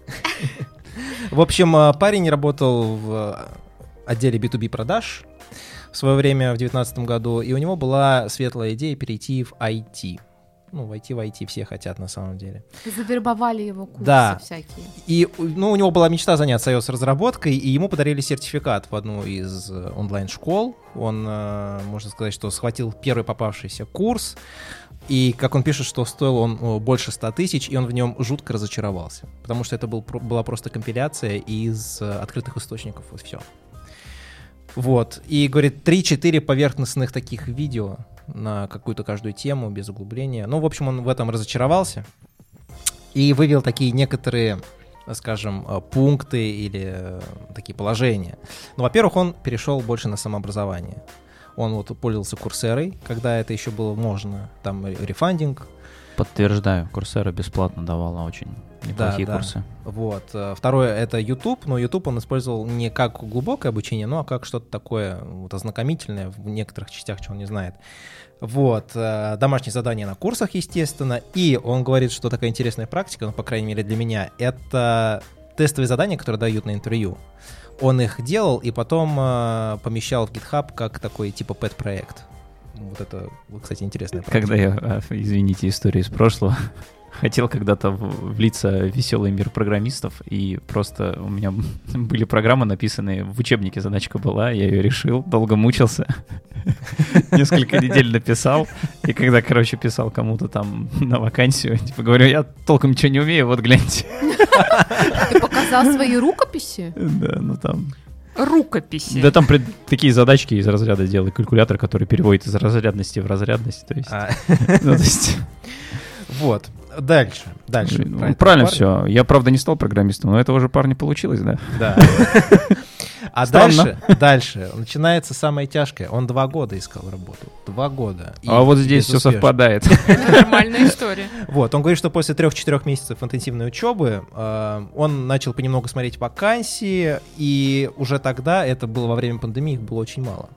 В общем, э, парень работал в э, отделе B2B продаж в свое время, в 2019 году, и у него была светлая идея перейти в IT. Ну, войти в IT все хотят на самом деле. Завербовали его курсы Да. всякие. И у- ну, у него была мечта заняться iOS-разработкой, и ему подарили сертификат в одну из э, онлайн-школ. Он, э, можно сказать, что схватил первый попавшийся курс, и, как он пишет, что стоил он о, больше 100 тысяч, и он в нем жутко разочаровался, потому что это был, про- была просто компиляция из э, открытых источников, вот все. Вот, и, говорит, 3-4 поверхностных таких видео на какую-то каждую тему, без углубления. Ну, в общем, он в этом разочаровался и вывел такие некоторые скажем, э, пункты или э, такие положения. Ну, во-первых, он перешел больше на самообразование. Он вот пользовался курсерой, когда это еще было можно. Там ре- рефандинг. Подтверждаю, Курсера бесплатно давала очень неплохие да. курсы. Вот. Э, Второе — это YouTube. Но YouTube он использовал не как глубокое обучение, но как что-то такое вот ознакомительное в некоторых частях, чего он не знает. Вот. э, Домашние задания на курсах, естественно. И он говорит, что такая интересная практика, ну, по крайней мере, для меня, это тестовые задания, которые дают на интервью. Он их делал и потом э, помещал в GitHub как такой типа пэт-проект. Вот это, вот, кстати, интересная практика. Когда я, а, извините, история из прошлого, хотел когда-то в- влиться в веселый мир программистов, и просто у меня были программы написанные, в учебнике задачка была, я ее решил, долго мучился, несколько недель написал, и когда, короче, писал кому-то там на вакансию, типа говорю, я толком ничего не умею, вот гляньте. Ты показал свои рукописи? Да, ну там. Рукописи. Да там пред- такие задачки из разряда делай калькулятор, который переводит из разрядности в разрядность, то есть. А, ну, то есть вот. Дальше. Дальше. Ну, Про этого Правильно парня. все. Я, правда, не стал программистом, но этого же парня получилось, да? Да. А Странно. дальше, дальше начинается самое тяжкое. Он два года искал работу. Два года. И а вот здесь все безуспешно. совпадает. Это нормальная история. Вот, он говорит, что после 3-4 месяцев интенсивной учебы э, он начал понемногу смотреть вакансии, и уже тогда, это было во время пандемии, их было очень мало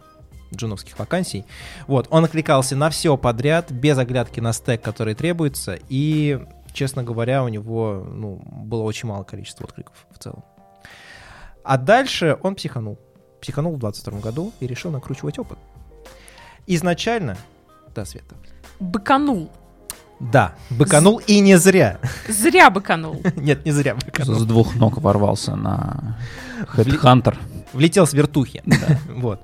джуновских вакансий. Вот, он откликался на все подряд, без оглядки на стек, который требуется, и, честно говоря, у него ну, было очень мало количества откликов в целом. А дальше он психанул. Психанул в 22 году и решил накручивать опыт. Изначально... Да, Света. Быканул. Да, быканул и не зря. Зря быканул. Нет, не зря. С двух ног ворвался на Headhunter. Влетел с вертухи. Вот.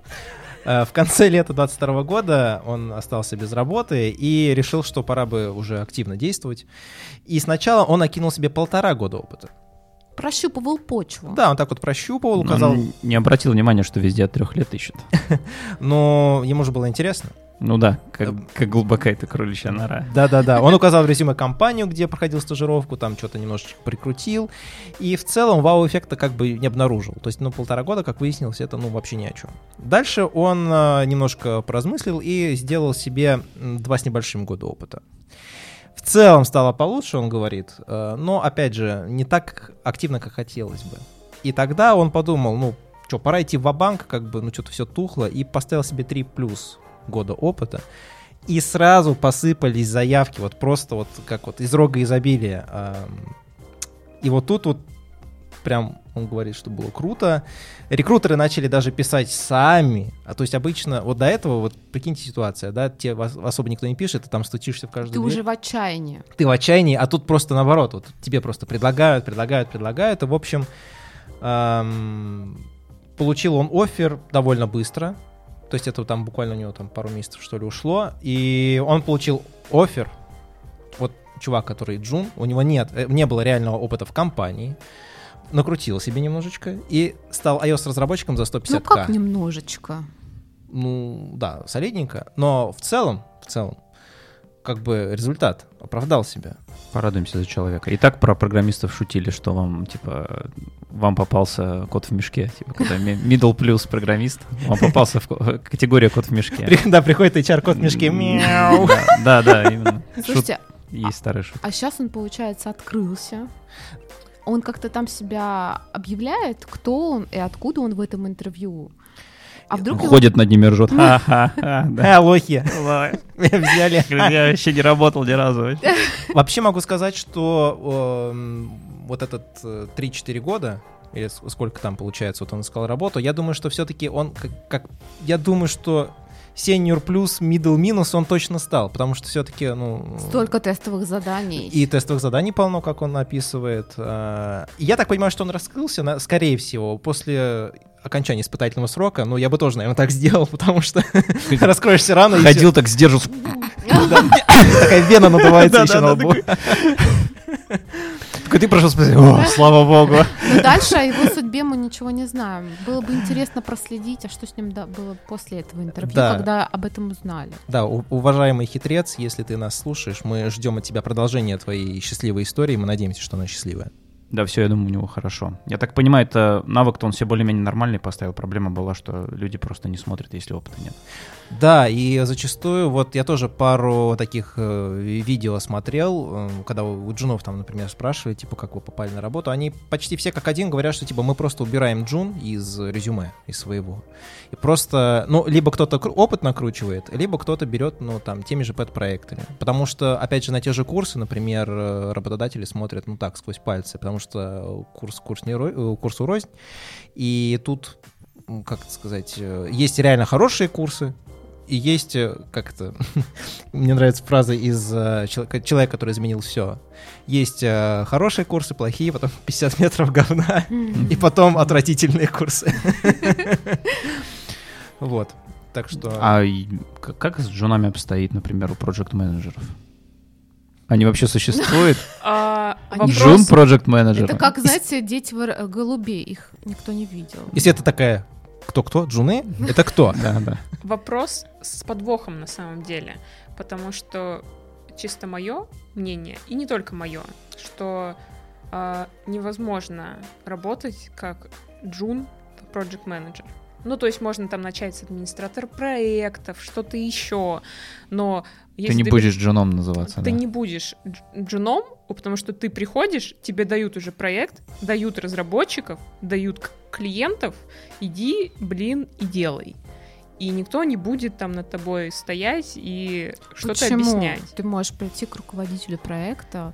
Э, В конце лета 22 года он остался без работы и решил, что пора бы уже активно действовать. И сначала он окинул себе полтора года опыта. Прощупывал почву. Да, он так вот прощупывал, Ну, указал, Он не обратил внимания, что везде от трех лет ищут. но ему же было интересно. Ну да, как, как глубока эта кроличья нора. Да-да-да. Он указал в резюме компанию, где проходил стажировку, там что-то немножечко прикрутил. И в целом вау-эффекта как бы не обнаружил. То есть, ну, полтора года, как выяснилось, это, ну, вообще ни о чем. Дальше он э, немножко поразмыслил и сделал себе м, два с небольшим года опыта. В целом стало получше, он говорит, э, но, опять же, не так активно, как хотелось бы. И тогда он подумал, ну, что, пора идти в банк как бы, ну, что-то все тухло, и поставил себе 3 плюс года опыта. И сразу посыпались заявки, вот просто вот как вот из рога изобилия. Ам, И вот тут вот прям он говорит, что было круто. Рекрутеры начали даже писать сами. А то есть обычно вот до этого, вот прикиньте ситуация, да, тебе вас- особо никто не пишет, ты там стучишься в каждую Ты дверь уже в отчаянии. ты в отчаянии, а тут просто наоборот, вот тебе просто предлагают, предлагают, предлагают, и в общем эм, получил он офер довольно быстро, то есть это там буквально у него там пару месяцев что ли ушло, и он получил офер, вот чувак, который Джун, у него нет, э, не было реального опыта в компании, накрутил себе немножечко и стал iOS-разработчиком за 150к. Ну как немножечко? Ну, да, солидненько, но в целом, в целом, как бы результат оправдал себя. Порадуемся за человека. И так про программистов шутили, что вам, типа, вам попался кот в мешке. Типа, когда ми- middle плюс программист, вам попался в ко- категория кот в мешке. При- Да, приходит HR-код в мешке. М-м-м. Мяу. Да, да, именно. Шут- Слушайте, Есть старый шут. а сейчас он, получается, открылся. Он как-то там себя объявляет, кто он и откуда он в этом интервью. А вдруг его- Ходит над ними и ржет. Ха-ха-ха, да. Э, лохи. Ой, Меня взяли. Я вообще не работал ни разу. вообще. Вообще могу сказать, что эм, вот этот э, 3-4 года, или с- сколько там получается, вот он искал работу, я думаю, что все-таки он как... как- Я думаю, что сеньор плюс, middle минус он точно стал, потому что все-таки, ну... Столько тестовых заданий. И тестовых заданий полно, как он описывает. А, и Я так понимаю, что он раскрылся, на- скорее всего, после окончания испытательного срока. Ну, я бы тоже, наверное, так сделал, потому что раскроешься рано. и всё. Ходил так, сдерживался. Такая вена надувается еще на Да-да-да, лбу. Такой, ты прошел смотри. О, слава богу. Но дальше о его судьбе мы ничего не знаем. Было бы интересно проследить, а что с ним да- было после этого интервью, Да. когда об этом узнали. Да, у- уважаемый хитрец, если ты нас слушаешь, мы ждем от тебя продолжения твоей счастливой истории. Мы надеемся, что она счастливая. Да, все, я думаю, у него хорошо. Я так понимаю, это навык-то он себе более-менее нормальный поставил. Проблема была, что люди просто не смотрят, если опыта нет. Да, и зачастую, вот я тоже пару таких э, ви- видео смотрел, э, когда у у джунов там, например, спрашивали, типа, как вы попали на работу, они почти все как один говорят, что, типа, мы просто убираем джун из резюме, из своего. И просто, ну, либо кто-то кру- опыт накручивает, либо кто-то берет, ну, там, теми же пэт-проектами. Потому что, опять же, на те же курсы, например, э, работодатели смотрят, ну, так, сквозь пальцы, потому что курс, курс не ро- э, курсу рознь, и тут м, как это сказать, э, есть реально хорошие курсы, и есть э, как это... Мне нравится фраза из э, чело- человека, который изменил все. Есть э, хорошие курсы, плохие, потом 50 метров говна, и потом отвратительные курсы. Вот. Так что... А и к- как с джунами обстоит, например, у проект-менеджеров? Они вообще существуют? А, Они- Джун вопрос, проект-менеджер. Это как, знаете, дети вор- э, голубей, их никто не видел. Если это такая... Кто-кто? Джуны? Это кто? Да, да. вопрос с подвохом на самом деле, потому что чисто мое мнение, и не только мое, что а, невозможно работать как джун project менеджер Ну, то есть можно там начать с администратора проектов, что-то еще, но... Ты если не ты- будешь джуном называться, ты да. не будешь дж- джуном, потому что ты приходишь, тебе дают уже проект, дают разработчиков, дают к- клиентов, иди, блин, и делай. И никто не будет там над тобой стоять и что-то Почему? объяснять. Ты можешь прийти к руководителю проекта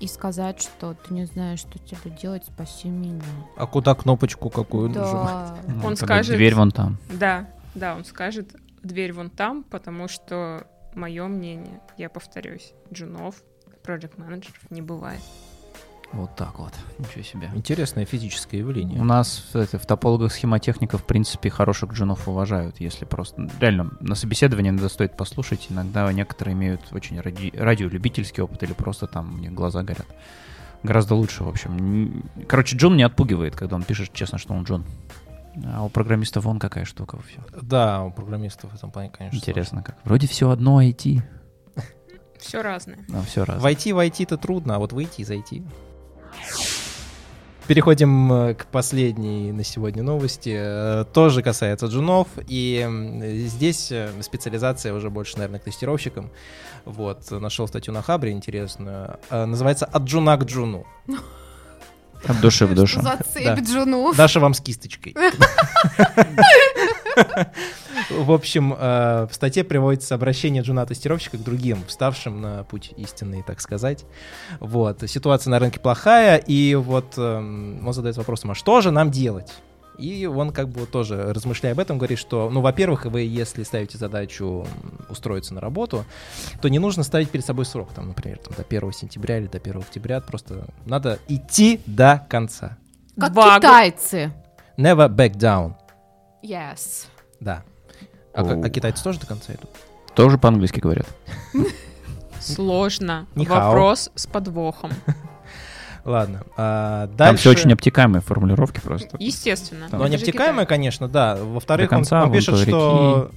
и сказать, что ты не знаешь, что тебе делать, спаси меня. А куда кнопочку какую нажимать? Да. Ну, тогда Он скажет- Дверь вон там. Да, да, он скажет, дверь вон там, потому что мое мнение, я повторюсь, джунов, проект менеджеров не бывает. Вот так вот. Ничего себе. Интересное физическое У явление. нас это, в топологах схемотехников, в принципе, хороших джунов уважают, если просто... ну, Реально, на собеседовании надо стоит послушать. Иногда некоторые имеют очень ради... радиолюбительский опыт или просто там у них глаза горят. Гораздо лучше, в общем. Н- Короче, джун не отпугивает, когда он пишет честно, что он джун. А у программистов вон какая штука. Все. Да, у программистов в этом плане, конечно. Интересно как. Вроде все одно IT, Все разное. но все раз. Войти, войти-то трудно, а вот выйти и зайти. Переходим э, к последней на сегодня новости. Э, Тоже касается джунов, и м, здесь э, специализация уже больше, наверное, к тестировщикам. Вот, нашел статью на Хабре интересную. Э, Называется «От джуна к джуну». От души в душу. Зацепь джуну. Даша вам с кисточкой. В общем, э, в статье приводится обращение джуна-тестировщика к другим, вставшим на путь истинный, так сказать. Вот. Ситуация на рынке плохая, и вот эм, он задает вопросом, а что же нам делать? И он как бы вот тоже, размышляя об этом, говорит, что, ну, во-первых, вы, если ставите задачу м, устроиться на работу, то не нужно ставить перед собой срок, там, например, там, до 1 сентября или до 1 октября, просто надо идти до конца. Как Два го- китайцы. Never back down. Yes. Да. А, как- а Оу. китайцы тоже до конца идут? Тоже по-английски говорят. Сложно. Нихао. Вопрос с подвохом. Ладно. а, дальше... Там все очень обтекаемые формулировки просто, Естественно. Да. Но они Это же обтекаемые, Китай. конечно, да. Во-вторых, До он, конца он вон пишет, той что...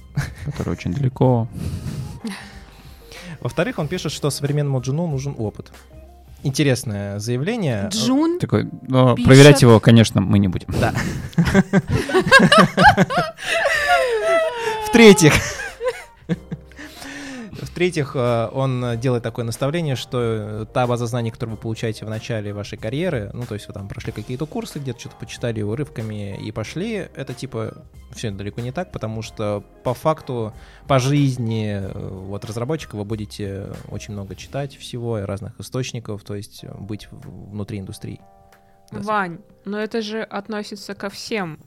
которые очень далеко. Во-вторых, он пишет, что современному джуну нужен опыт. Интересное заявление. Джун. Такой, но Пишет. проверять его, конечно, мы не будем. Да. В-третьих, в-третьих, э, он э, делает такое наставление, что э, та база знаний, которую вы получаете в начале вашей карьеры, ну, то есть вы там прошли какие-то курсы, где-то что-то почитали урывками и пошли, это типа все далеко не так, потому что по факту, по жизни э, вот разработчика вы будете очень много читать всего и разных источников, то есть э, быть в- внутри индустрии. Да. Вань, но это же относится ко всем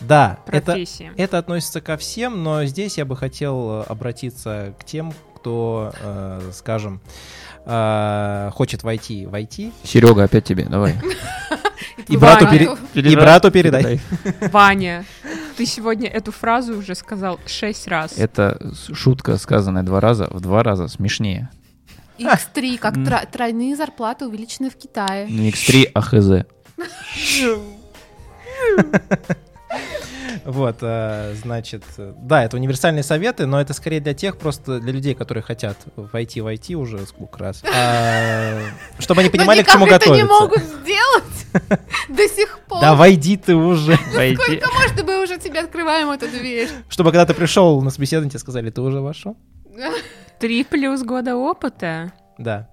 Да, это, профессиям. Это относится ко всем, но здесь я бы хотел э, обратиться к тем, кто, э, скажем, э, хочет войти в IT. Серега, опять тебе, давай. И Вань, брату, пере- и брату передай. Передай. Ваня, ты сегодня эту фразу уже сказал шесть раз. Это с- шутка, сказанная два раза, в два раза смешнее. X3, как М. тро- тройные зарплаты увеличены в Китае. Не X3, а ХЗ. Вот, э, значит, э, да, это универсальные советы, но это скорее для тех, просто для людей, которые хотят войти в IT уже сколько раз. А, Чтобы они понимали, Но к чему никак это не готовиться. могут сделать до сих пор. Да войди ты уже. Войди. Может, мы уже тебе открываем эту дверь. Чтобы когда ты пришел на собеседование, тебе сказали, ты уже вошел? Три плюс года опыта. Да.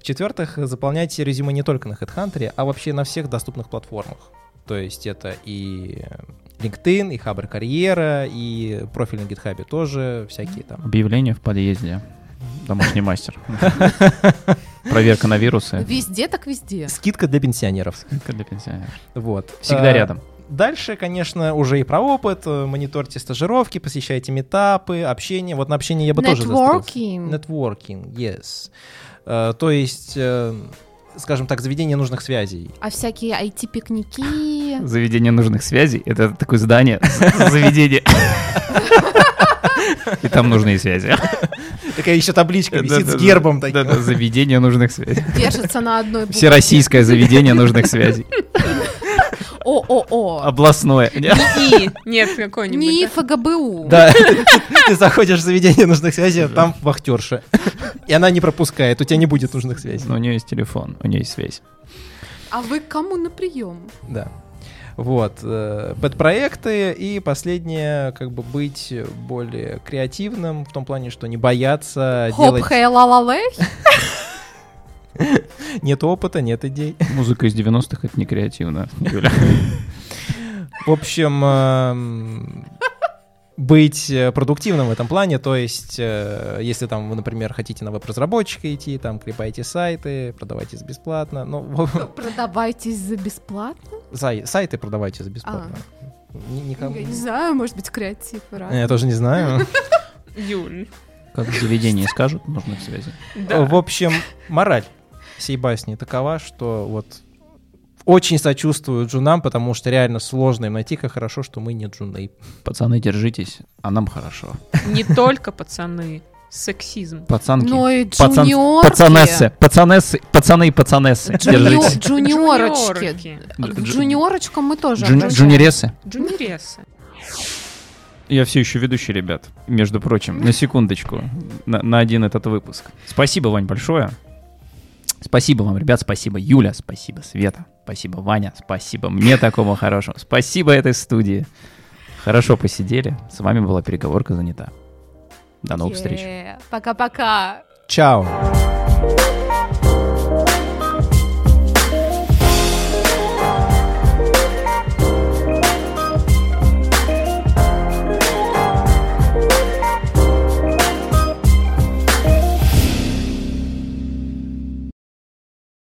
В-четвертых, заполняйте резюме не только на HeadHunter, а вообще на всех доступных платформах. То есть это и LinkedIn, и Хабр Карьера, и профиль на GitHub тоже, всякие там. Объявление в подъезде. Домашний мастер. Проверка на вирусы. Везде так везде. Скидка для пенсионеров. Скидка для пенсионеров. Вот. Всегда А, рядом. Дальше, конечно, уже и про опыт. Э, Мониторьте стажировки, посещайте метапы, общение. Вот на общение я бы тоже застрелся. Нетворкинг. Нетворкинг, yes. Э, то есть, э, скажем так, заведение нужных связей. А всякие IT-пикники. Заведение нужных связей. Это такое здание. Заведение. И там нужные связи. Такая еще табличка висит с Да-да-да. гербом таким. Да-да, Заведение нужных связей. Держатся на одной букве. Всероссийское заведение нужных связей. А ООО. Областное. И нет какой-нибудь. Не да? ФГБУ. Да, ты заходишь в заведение нужных связей, а там вахтерша. И она не пропускает, у тебя не будет нужных связей. Но у нее есть телефон, у нее есть связь. А вы к кому на прием? Да. Вот. э, Подпроекты и последнее, как бы быть более креативным в том плане, что не бояться Хоп, делать... хэй, ла ла лей? Нет опыта, нет идей. Музыка из 90-х это не креативно, Юля. В общем, эм, быть э, продуктивным в этом плане, то есть, э, если там вы, например, хотите на веб-разработчика идти, там клепайте сайты, продавайте за бесплатно, ну, в- Продавайтесь за бесплатно? Сай- сайты продавайте за бесплатно. Ни- никому- Я не знаю, может быть, креатив. раз. Я тоже не знаю. Юль. Как в заведении скажут нужных связей. Да. В общем, мораль всей басни такова, что вот очень сочувствую джунам, потому что реально сложно им найти, как хорошо, что мы не джуны. Пацаны, держитесь, а нам хорошо. Не только пацаны. Сексизм. Пацанки. Но и Пацан- джуниорки. а пацанессы, пацанессы, пацаны и пацанессы, Джунио- держитесь. Джуниорочки. К Дж- джуниорочкам мы тоже Джуни- обращаемся. Джуниресы. Джуниресы. Я все еще ведущий, ребят, между прочим, на секундочку, на, на один этот выпуск. Спасибо, Вань, большое. Спасибо вам, ребят, спасибо, Юля, спасибо, Света, спасибо, Ваня, спасибо мне такому хорошему, спасибо этой студии. Хорошо посидели, с вами была переговорка занята. До новых встреч. Е, Пока-пока. Чао.